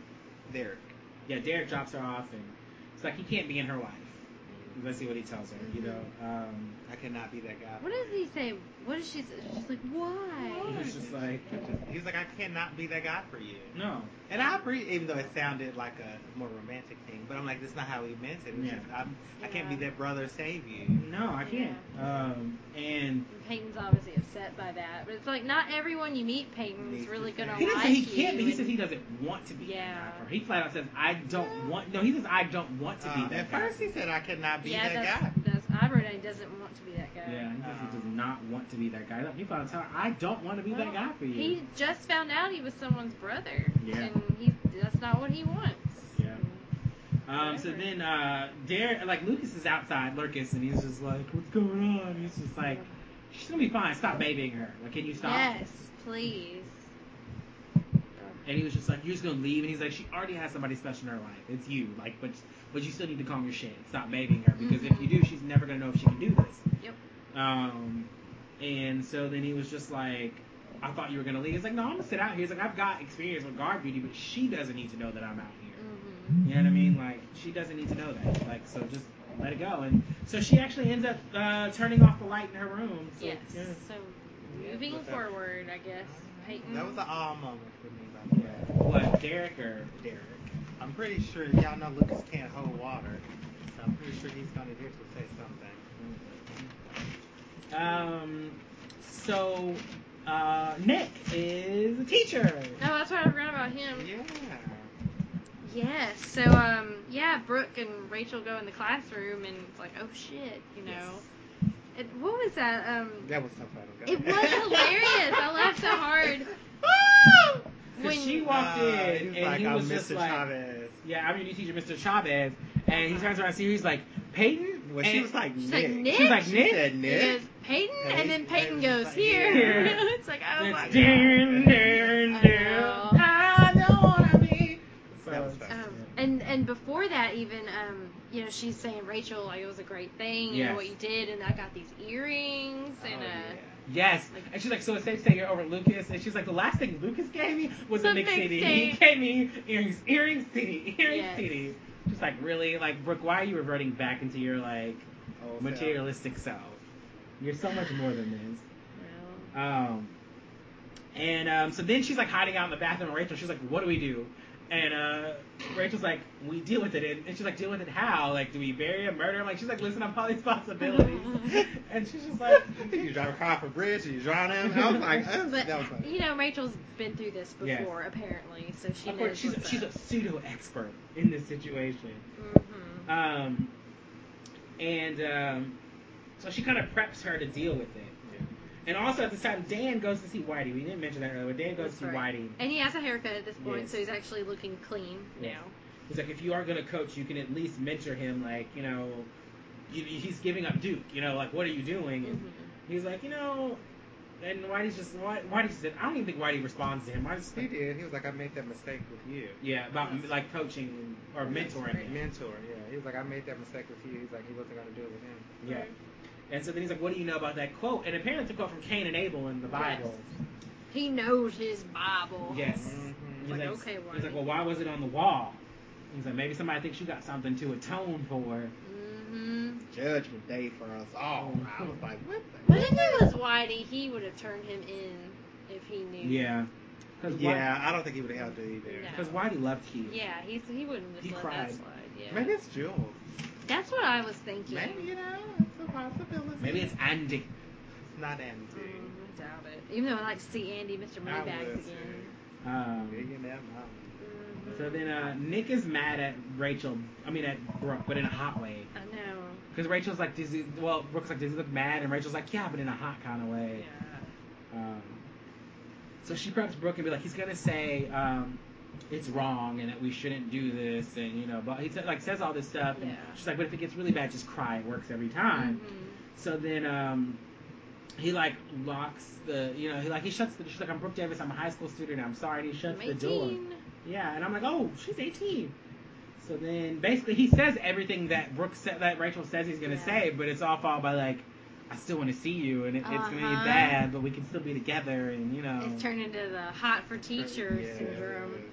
Derek.
yeah, Derek drops her off and it's like he can't be in her life. Let's see what he tells her. You know. Um,
I cannot be that guy.
What does he say? What does she say? She's like, why?
He's just like,
He's like, I cannot be that guy for you.
no.
And I agree, even though it sounded like a more romantic thing, but I'm like, that's not how he meant it. It's
Yeah.
just, I'm, I can't be
Yeah.
that brother save you.
No, I can't. Um, and
And Peyton's obviously upset by that, but it's like not everyone you meet Peyton's
He's
really
the
gonna
same.
he
like
doesn't say he
you.
can't be. He
and-
says he doesn't want to be. that
Yeah.
guy for her. He flat out says, I don't want. No, he says, I don't want to be
Uh,
that
at
guy.
first, he said, I cannot be
yeah,
that guy.
that's, that's I wrote. down He doesn't want to be that guy.
yeah, he says he
Uh.
does not want to be that guy. Look, He flat out tells her, I don't want to be that
Well,
guy for you.
He just found out he was someone's brother,
Yeah.
and he, that's not what he wants.
Yeah. Um, so
Whatever.
then, uh, Derek, like, Lucas is outside, Lurkus, and he's just like, what's going on? He's just like, she's gonna be fine. Stop babying her. Like, can you stop?
Yes, please.
And he was just like, you're just gonna leave. And he's like, she already has somebody special in her life. It's you. Like, but but you still need to calm your shit. Stop babying her because if you do, she's never gonna know if she can do this.
Yep.
Um, and so then he was just like, I thought you were gonna leave. He's like, no, I'm gonna sit out here. He's like, I've got experience with guard duty, but she doesn't need to know that I'm out here.
Mm-hmm.
You know what I mean? Like she doesn't need to know that. Like so, just let it go. And so she actually ends up uh, turning off the light in her room. So,
yes.
yeah.
So
Yeah,
moving
but that-
forward, I guess Peyton.
That was an all moment for me, by the way.
What Derek or
Derek. I'm pretty sure y'all know Lucas can't hold water, so I'm pretty sure he's gonna here to say something.
um? So uh, Nick is a teacher.
Oh, that's what I forgot about him.
Yeah.
Yes. So, um, yeah, Brooke and Rachel go in the classroom, and it's like, oh shit, you know. And what was that? Um,
That was so funny.
it was hilarious. I laughed so hard.
So
When-
she walked
Uh,
in
he's
and
like,
he
I'm
was
Mr.
just like,
Chavez.
"Yeah, I'm your new teacher, Mr. Chavez." And he turns around and sees her, he's like, "Peyton."
Well, she
And-
was like,
she's
Nick.
like, "Nick?"
She's like,
She
"Nick."
She said,
He
Nick.
goes, Peyton, and then Peyton
Peyton,
goes
like,
here.
here.
it's like, oh
And
my
it's
god.
dun, dun,
I know.
dun. I don't wanna be.
That was fun.
Oh, and and before that, even um, you know, she's saying Rachel, like it was a great thing, you know
Yes.
what you did, and I got these earrings,
Oh,
and uh,
yeah.
Yes. And she's like, so it's safe to say you're over Lucas. And she's like, the last thing Lucas gave me was
The
a mix
mix
CD.
tape.
He gave me earrings, earrings, CD, earrings,
Yes.
CD. She's like, really? Like, Brooke, why are you reverting back into your, like,
Old
materialistic self? You're so much more than this.
well,
Um, and um, so then she's like hiding out in the bathroom. And Rachel, she's like, "What do we do?" And uh, Rachel's like, we deal with it. And, and she's like, deal with it how? Like, do we bury him, murder him? Like, she's like, listen, I'm all these possibilities. and she's just like,
you drive a car off a bridge and you drown him. I was like, that was,
But
that was funny.
you know, Rachel's been through this before,
Yes.
apparently, so she
of
knows.
course, she's a,
what's
she's
up.
a pseudo expert in this situation.
Mhm.
Um, and um, so she kind of preps her to deal with it. And also at the time, Dan goes to see Whitey. We didn't mention that earlier, but Dan goes
That's
to see
right.
Whitey.
And he has a haircut at this point,
Yes.
so he's actually looking clean
Yes.
now.
He's like, if you are going to coach, you can at least mentor him. Like, you know, you, he's giving up Duke. You know, like, what are you doing? And
Mhm.
he's like, you know, and Whitey's just, White- Whitey said, I don't even think Whitey responds to him. Whitey's just
He
like,
did. He was like, I made that mistake with you.
yeah, about like coaching or mentoring him.
Mentor, yeah. He was like, I made that mistake with you. He's like, he wasn't going to do it with him.
Yeah. And so then he's like, what do you know about that quote? And apparently it's a quote from Cain and Abel in the Bible.
He knows his Bible.
Yes.
Mhm.
He's
Like, okay,
He's like,
Whitey.
well, why was it on the wall? He's like, maybe somebody thinks you got something to atone for.
Mm-hmm.
Judgment day for us all. I was like, what the?
But if it was Whitey, he would have turned him in if he knew.
Yeah. Cause White-
Yeah, I don't think he would have helped it either.
No.
Because Whitey loved Keith.
Yeah, he's, he wouldn't have
He
let
cried.
that slide. Yeah.
Maybe it's Jules.
That's what I was thinking.
Maybe, you know, it's a possibility.
Maybe it's Andy.
It's not Andy.
Mm, I doubt it. Even though I like to see Andy, Mr.
I
Moneybags
would,
again.
too.
Um,
Millionaire Mom.
Mhm.
so then uh, Nick is mad at Rachel. I mean, at Brooke, but in a hot way.
I know.
Because Rachel's like, does he, well, Brooke's like, does he look mad? And Rachel's like, yeah, but in a hot kind of way.
Yeah.
Um, so she preps Brooke and be like, he's gonna say um, it's wrong and that we shouldn't do this, and you know, but he said like says all this stuff, and
Yeah.
she's like, but if it gets really bad, just cry. It works every time.
Mhm.
So then um, he like locks the, you know, he like he shuts the. She's like, I'm Brooke Davis. I'm a high school student. I'm sorry. And he shuts the door.
18.
Yeah, and I'm like, oh, she's 18. So then basically he says everything that Brooke said, that Rachel says he's gonna
Yeah.
say, but it's all followed by like, I still want to see you, and it, it's gonna
Uh-huh.
be bad, but we can still be together, and you know.
It's turned into the hot for teacher
Yeah,
syndrome.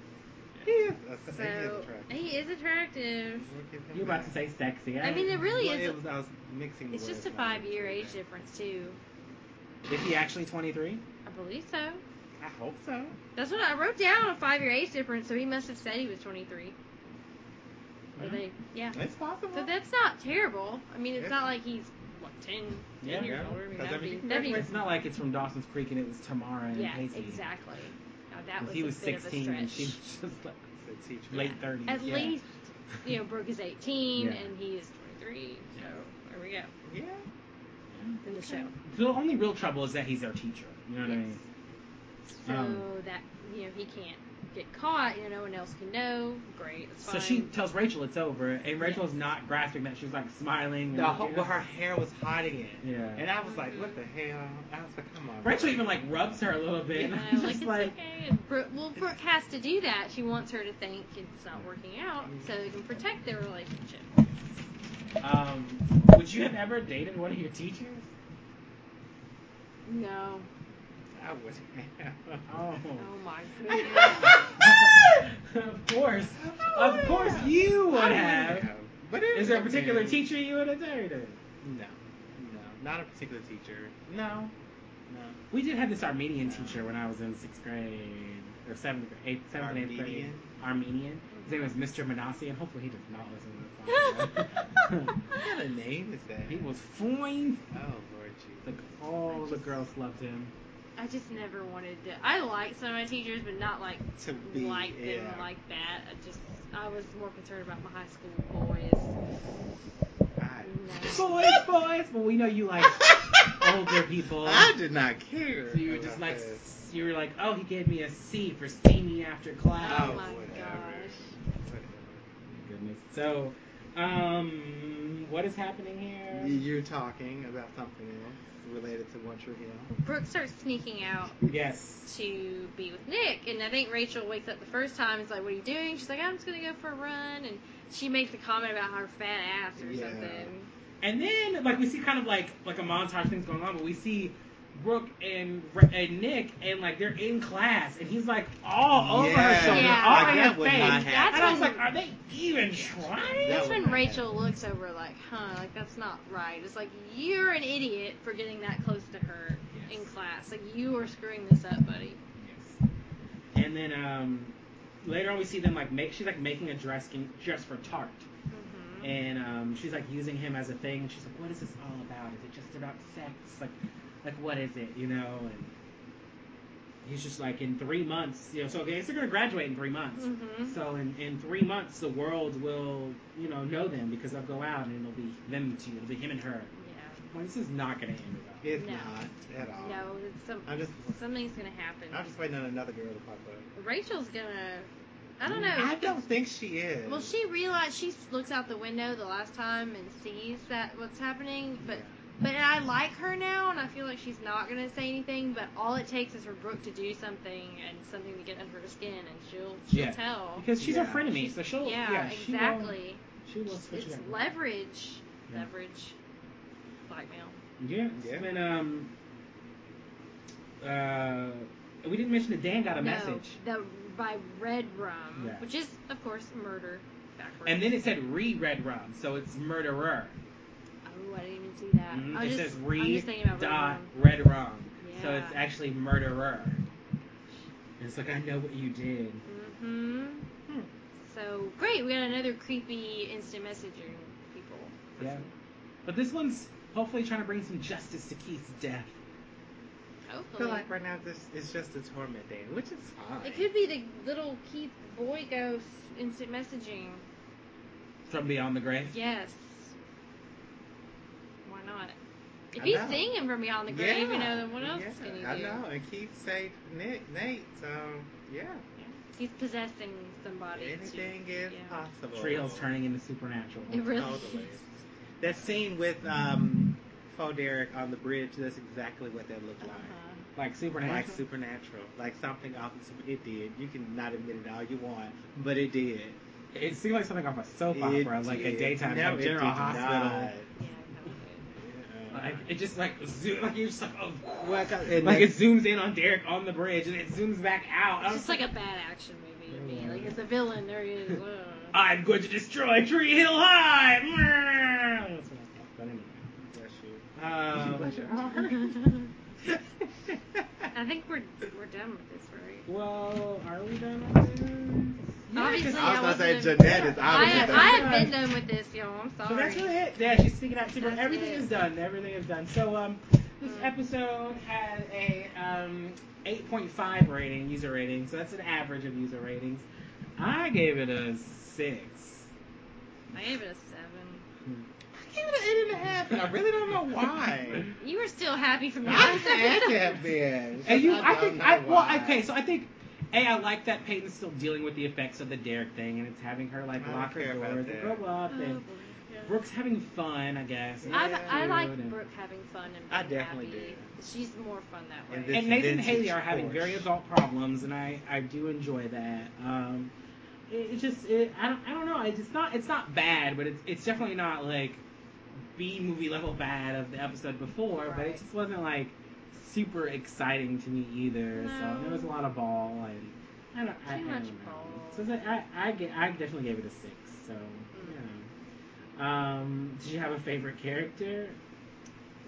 He is, a- he is
So
attractive.
he is attractive.
You're about to say sexy.
I mean, it really
Well,
is.
It was, I was mixing. the
It's just a
words when I was
five-year
doing
age
that.
difference too.
is he actually 23?
I believe so.
I hope so.
That's what I wrote down a five-year age difference. So he must have said he was 23. Or they, yeah.
It's possible.
So that's not terrible. I mean, it's
Yeah.
not like he's what 10, 10
Yeah,
years
yeah.
older. I mean,
'Cause I
that'd
mean,
be,
he
that'd be
It's not like it's from Dawson's Creek and it was Tamara and
yeah,
Casey.
exactly. Now that
'Cause
was
he
a
was
bit
16
of a
and she
stretch.
was just like
It's a teacher.
late 30s.
At
yeah.
least, you know, Brooke is 18
Yeah.
and he is 23. So there we go
Yeah.
in the show.
The only real trouble is that he's their teacher. You know what I
Yes.
mean?
So
Um,
that you know he can't get caught. You know, no one else can know. Great, it's
So
fine.
she tells Rachel it's over, and Rachel's not grasping that. She's like smiling.
The
and,
whole,
you know.
well, her hair was hiding it.
Yeah.
And I was like, what the hell? I was like, come on.
Rachel even like rubs her a little bit.
You
and
know,
I'm
like
just
it's
like,
okay. And Brooke, well, Brooke has to do that. She wants her to think it's not working out, so they can protect their relationship.
um, would you have ever dated one of your teachers?
No.
I would.
Oh my goodness.
Oh. of course,
I
of
would
course,
have.
you would
I
have.
But it
Is there a
would've
particular
been-
teacher you would have dated?
No. No. Not a particular teacher. No. No.
We did have this Armenian teacher when I was in sixth grade or seventh, grade- eighth, seventh, and eighth grade.
Armenian?
Armenian. His name was Mr. Manassi, and hopefully he does not listen to this. podcast.
What kind of name is that?
he was fine.
Oh, Lord Jesus.
Like all the girls loved him.
I just never wanted to. I liked some of my teachers, but not like
To be.
like
yeah.
them like that. I just I was more concerned about my high school boys.
I,
No.
Boys, boys, but we know you like older people.
I did not care.
So you were
about
just like,
that.
s- you were like, oh, he gave me a C for steamy after class.
Oh my
whatever.
gosh.
Whatever.
Goodness. So, um, what is happening here?
You're talking about something else related to One Tree Hill.
Brooke starts sneaking out
Yes.
to be with Nick. And I think Rachel wakes up the first time and is like, What are you doing? She's like, I'm just going to go for a run. And she makes a comment about her fat ass or
Yeah.
something.
And then, like, we see kind of like like a montage of things going on, but we see Brooke and Ra- and Nick, and like they're in class, and he's like all over her
Yeah.
shoulder,
Yeah.
all
Like,
in
that
her
would
face.
not happen.
And I was
That's
like, are they even trying?
That
That's
would
when
not
Rachel looks over, like, huh, like that's not right. It's like, You're an idiot for getting that close to her
Yes.
in class. Like, you are screwing this up, buddy.
Yes. And then um, later on we see them like make she's like making a dress dress for Tart,
Mm-hmm.
and um, she's like using him as a thing. She's like, what is this all about? Is it just about sex? Like, like what is it? You know? And he's just like, in three months, you know. So okay, so they're gonna graduate in three months.
Mhm.
So in, in three months, the world will you know know them because they'll go out and it'll be them two. It'll be him and her.
Yeah.
Well, this is not gonna end well.
It's
No.
not at all.
No, it's some,
I'm just
something's gonna happen.
I'm just waiting on another girl to pop up.
Rachel's gonna. I don't know.
I don't think she is.
Well, she realized she looks out the window the last time and sees that what's happening, but but I like her now, and I feel like she's not gonna say anything. But all it takes is for Brooke to do something and something to get under her skin, and she'll she'll
Yeah.
tell.
Because she's her
Yeah.
frenemy, so she'll
yeah,
she will-
exactly.
She will switch
it's
it up.
leverage,
Yeah.
leverage, blackmail.
Yeah.
Yeah.
When um uh we didn't mention that Dan got a
no,
message.
The by red rum,
Yeah.
which is of course murder backwards.
And then it said re red rum, so it's murderer.
oh, I didn't even see that.
Mhm.
I
It
was just,
says
I was
re
just thinking about red
dot
rum.
red rum. So
Yeah.
it's actually murderer. And It's like I know what you did.
Mm-hmm.
hmm So great, we got another creepy instant messaging people.
Yeah. But this one's hopefully trying to bring some justice to Keith's death.
I feel
Hopefully,
like right now this it's just a torment day, which is fine.
it could be the little Keith boy ghost instant messaging.
From beyond the grave.
Yes. Why not? If
I
he's
know.
singing from beyond the grave, you know, then what else
yeah,
can he do?
I know, and Keith saved Nick, Nate, so yeah,
He's possessing somebody. to-
anything is
yeah.
possible.
Trails turning into supernatural.
It really
Totally.
is.
That scene with um, Faux Derek on the bridge, that's exactly what that looked like.
Uh-huh.
Like supernatural.
Like supernatural, like something off. the Super- It did. You can not admit it all you want, but it did.
It seemed like something off a soap
It
opera, like a
did.
daytime,
No,
like
it
General
did
Hospital.
not.
Yeah, that was good.
Yeah.
Like it just like zoom, like you're just like oh,
Uh, Well, I got- and
like it
that's-
zooms in on Derek on the bridge and it zooms back out. I
It's
was
just like a bad action movie to me.
Yeah.
Like it's a villain. There he is. Ugh.
I'm going to destroy Tree Hill High. That's what I thought, but anyway.
Bless you.
Um,
Bless your heart.
I think we're we're done with this, right?
well, are we done with this? Yeah, 'cause-
Obviously,
I was
I
gonna say
wasn't-
Jeanette is obviously
I,
done.
I have been
uh,
done with this, y'all. I'm sorry.
So that's really it. Yeah, she's speaking out super.
That's
Everything
it.
is done. Everything is done. So um, this
Mm.
episode had a um 8.5 rating, user rating. So that's an average of user ratings. I gave it a six.
I gave it a seven.
I gave it an eight and a half, and I really don't know why.
You were still happy from your
I had to have been.
And you, I,
don't
think,
know
I, well,
why.
okay, so I think, A, I like that Peyton's still dealing with the effects of the Derek thing, and it's having her, like,
I don't
lock her
care about
doors and grow
that.
up,
Oh,
and
boy.
Brooke's having fun, I guess. and
I,
it's
I
cute,
like
and-
Brooke having fun and being
I definitely
happy.
do.
She's more fun that way.
And this-
And Nathan and
vintage
Haley are having
Porsche.
very adult problems, and I, I do enjoy that. Um, it, it just, it, I, don't, I don't know, it's not, it's not bad, but it's, it's definitely not, like, B movie level bad of the episode before, but
Right.
it just wasn't, like, super exciting to me either. So there was a lot of ball, and I don't, I,
Too
I
much
don't know.
ball.
So it's like, I, I, get, I definitely gave it a six. So
Mm.
yeah. Um, did you have a favorite character?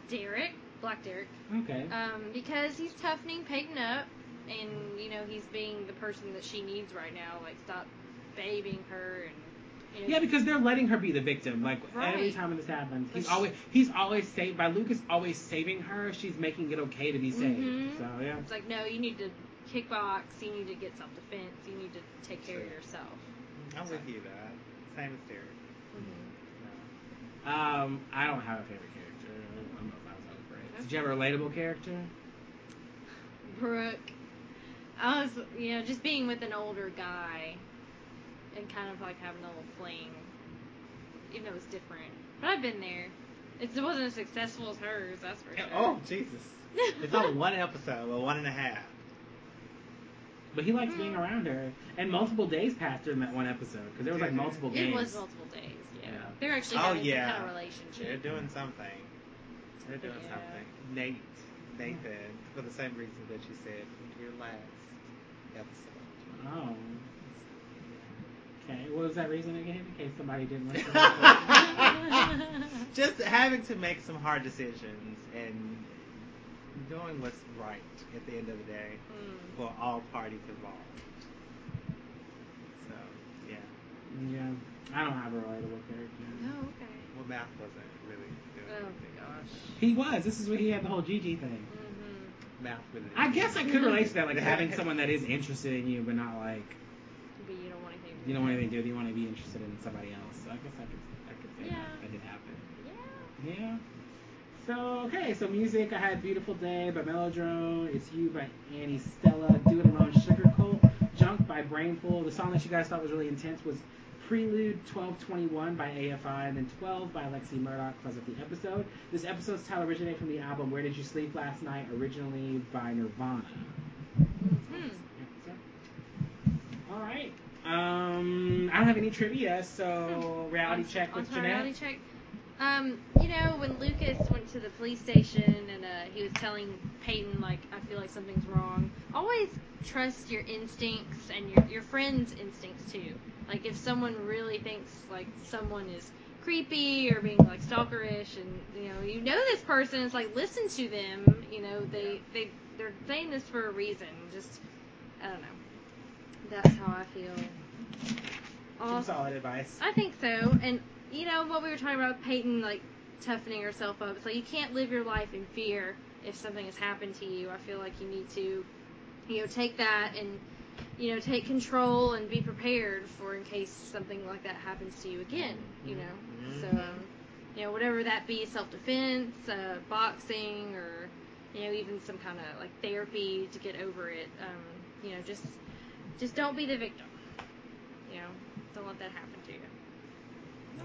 Derek, Black Derek,
Okay.
um, because he's toughening Peyton up, and you know he's being the person that she needs right now. Like stop babying her and you know,
Yeah, because they're letting her be the victim. Like every
Right.
time this happens,
But
he's
she-
always he's always saved by Lucas. Always saving her. She's making it okay to be saved.
Mhm.
So yeah.
It's like, no, you need to kickbox, you need to get self defense, you need to take care of yourself.
I'm with you, that. Same as Derek.
Um, I don't have a favorite character. I don't know if I was on the break. Did you have a relatable character?
Brooke, I was, you know, just being with an older guy and kind of like having a little fling, even though it's different. But I've been there. It just wasn't as successful as hers, that's for sure.
Oh, Jesus. It's only one episode, well, one and a half.
But he likes
Mm-hmm.
being around her, and multiple days passed during that one episode because there was like
Yeah.
multiple
it
games.
was multiple days, yeah.
Yeah.
They're actually
Oh,
having
yeah.
some kind of
They're
relationship.
doing something. They're doing
Yeah.
something. Nate. Nathan. For the same reason that you said in your last episode.
Oh. Okay. What was that reason again? In case somebody didn't listen.
Just having to make some hard decisions and doing what's right at the end of the day
Mm.
for all parties involved.
Yeah. I don't have a relatable character.
Oh, okay.
Well, math wasn't really doing
Oh,
anything.
gosh.
He was. This is where he had the whole Gigi thing.
Mm-hmm.
Math really.
I guess I could relate to that, like having someone that is interested in you, but not like
But you don't want anything to do
you don't
with
want anything to do. with it, You want to be interested in somebody else. So I guess I could, I could say
Yeah.
that, that did happen.
it. Yeah.
Yeah. So okay, so music I had "Beautiful Day" by Melodrone, "It's You" by Annie Stella, "Do It Alone" Sugar Cult, "Junk" by Brainful. The song that you guys thought was really intense was "Prelude 1221" by AFI, and then "12" by Lexi Murdoch. Close up the episode. This episode's title originated from the album "Where Did You Sleep Last Night," originally by Nirvana.
Hmm.
All right. Um, I don't have any trivia, so reality
Hmm. On-
check with
onto our Reality
Jeanette.
check. Um, you know, when Lucas went to the police station and uh, he was telling Peyton, like, I feel like something's wrong. Always trust your instincts and your your friends' instincts too. Like, if someone really thinks like someone is creepy or being like stalkerish, and you know, you know this person, it's like listen to them. You know, they they they're saying this for a reason. Just I don't know. That's how I feel.
Some solid advice.
I think so. And you know what we were talking about with Peyton like toughening herself up. It's like you can't live your life in fear if something has happened to you. I feel like you need to, you know, take that and you know, take control and be prepared for in case something like that happens to you again, you know. So um, you know, whatever that be, self defense, uh, boxing or you know, even some kind of like therapy to get over it. Um, you know, just just don't be the victim. You know, don't let that happen to you.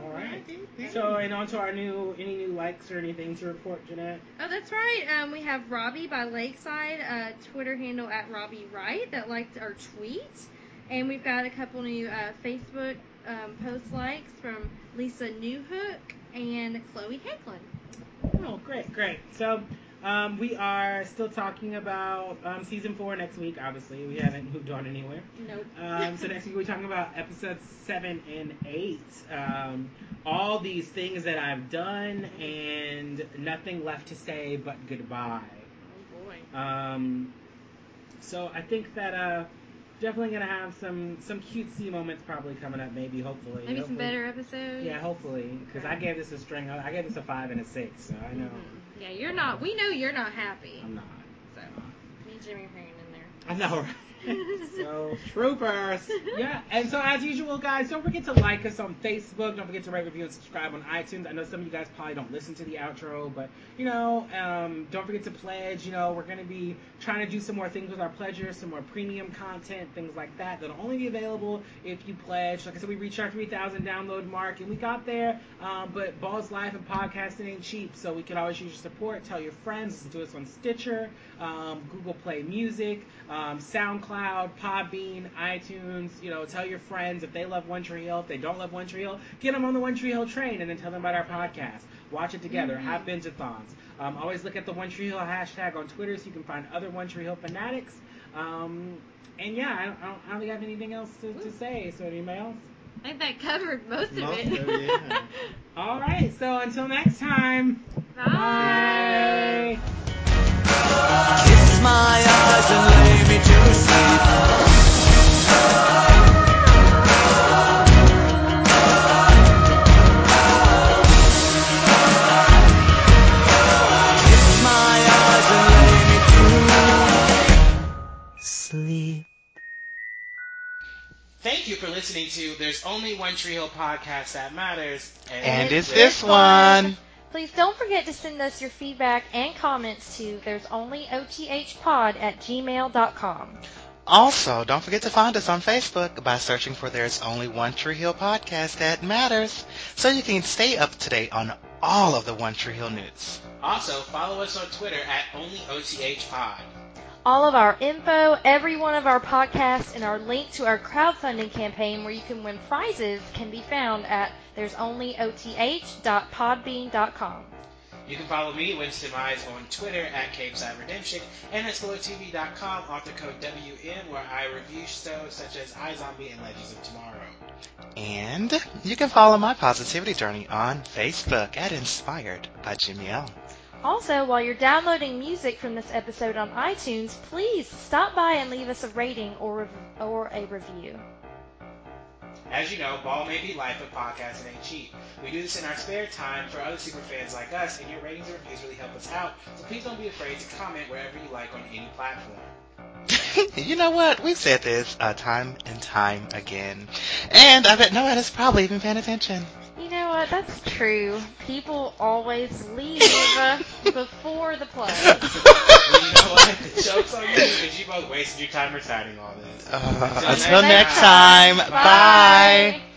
All right. So, and on to our new, any new likes or anything to report, Jeanette?
Oh, that's right. Um, we have Robbie by Lakeside, uh, Twitter handle at Robbie Wright that liked our tweet. And we've got a couple new uh, Facebook um, post likes from Lisa Newhook and Chloe Hecklin.
Oh, great, great. So, um, we are still talking about um, season four next week, obviously. We haven't moved on anywhere.
Nope.
Um, so, next week we're talking about episodes seven and eight. Um, all these things that I've done and nothing left to say but goodbye.
oh boy.
Um, so I think that uh, definitely gonna have some some cutesy moments probably coming up. Maybe hopefully.
Maybe some
Hopefully-
better episodes.
Yeah, hopefully, because I gave this a string. I gave this a five and a six, so I know
Mhm. Yeah, you're not. We know you're not happy.
I'm not.
So, Um, me, Jimmy Crane in there.
I know. right? so troopers. Yeah, and so as usual, guys, don't forget to like us on Facebook. Don't forget to rate, review, and subscribe on iTunes. I know some of you guys probably don't listen to the outro, but you know, um, don't forget to pledge. You know, we're gonna be trying to do some more things with our pledger, some more premium content, things like that. That'll only be available if you pledge. Like I said, we reached our 3,000 download mark, and we got there. Um, but Balls Life and podcasting ain't cheap, so we can always use your support. Tell your friends. Listen to us on Stitcher, um, Google Play Music, um, SoundCloud, Podbean, iTunes. You know, tell your friends if they love One Tree Hill. If they don't love One Tree Hill, get them on the One Tree Hill train, and then tell them about our podcast. Watch it together. Have binge-a-thons. Um, always look at the One Tree Hill hashtag on Twitter so you can find other One Tree Hill fanatics. Um, and yeah, I don't, I, don't, I don't think I have anything else to, to say. So anybody else?
I think that covered most,
Most
of it.
of it, yeah.
All right. So until next time. Bye.
Kiss my eyes and lay me to sleep. Kiss my eyes and lay me to sleep.
Thank you for listening to There's Only One Tree Hill Podcast That Matters.
And
it's
this
this
one.
one.
Please don't forget to send us your feedback and comments to there's only othpod at gmail.com.
Also, don't forget to find us on Facebook by searching for There's Only One Tree Hill podcast that matters, so you can stay up to date on all of the One Tree Hill news.
also, follow us on Twitter at OnlyOTHPod.
All of our info, every one of our podcasts, and our link to our crowdfunding campaign where you can win prizes can be found at there's only oth.podbean.com.
You can follow me, Winston Mize, on Twitter at CapeSide Redemption and at SoloTV.com, author code WN, where I review shows such as iZombie and Legends of Tomorrow.
And you can follow my positivity journey on Facebook at Inspired by Jimmy L.
Also, while you're downloading music from this episode on iTunes, please stop by and leave us a rating or, or a review.
As you know, ball may be life, but podcasting ain't cheap. We do this in our spare time for other super fans like us, and your ratings and reviews really help us out. So please don't be afraid to comment wherever you like on any platform. you know what? We've said this uh, time and time again, and I bet nobody's probably even paying attention.
You know what? That's true. People always leave uh, before the play.
Well, you know what? The joke's on you because you both wasted your time reciting all this.
next
next time,
Bye.
bye.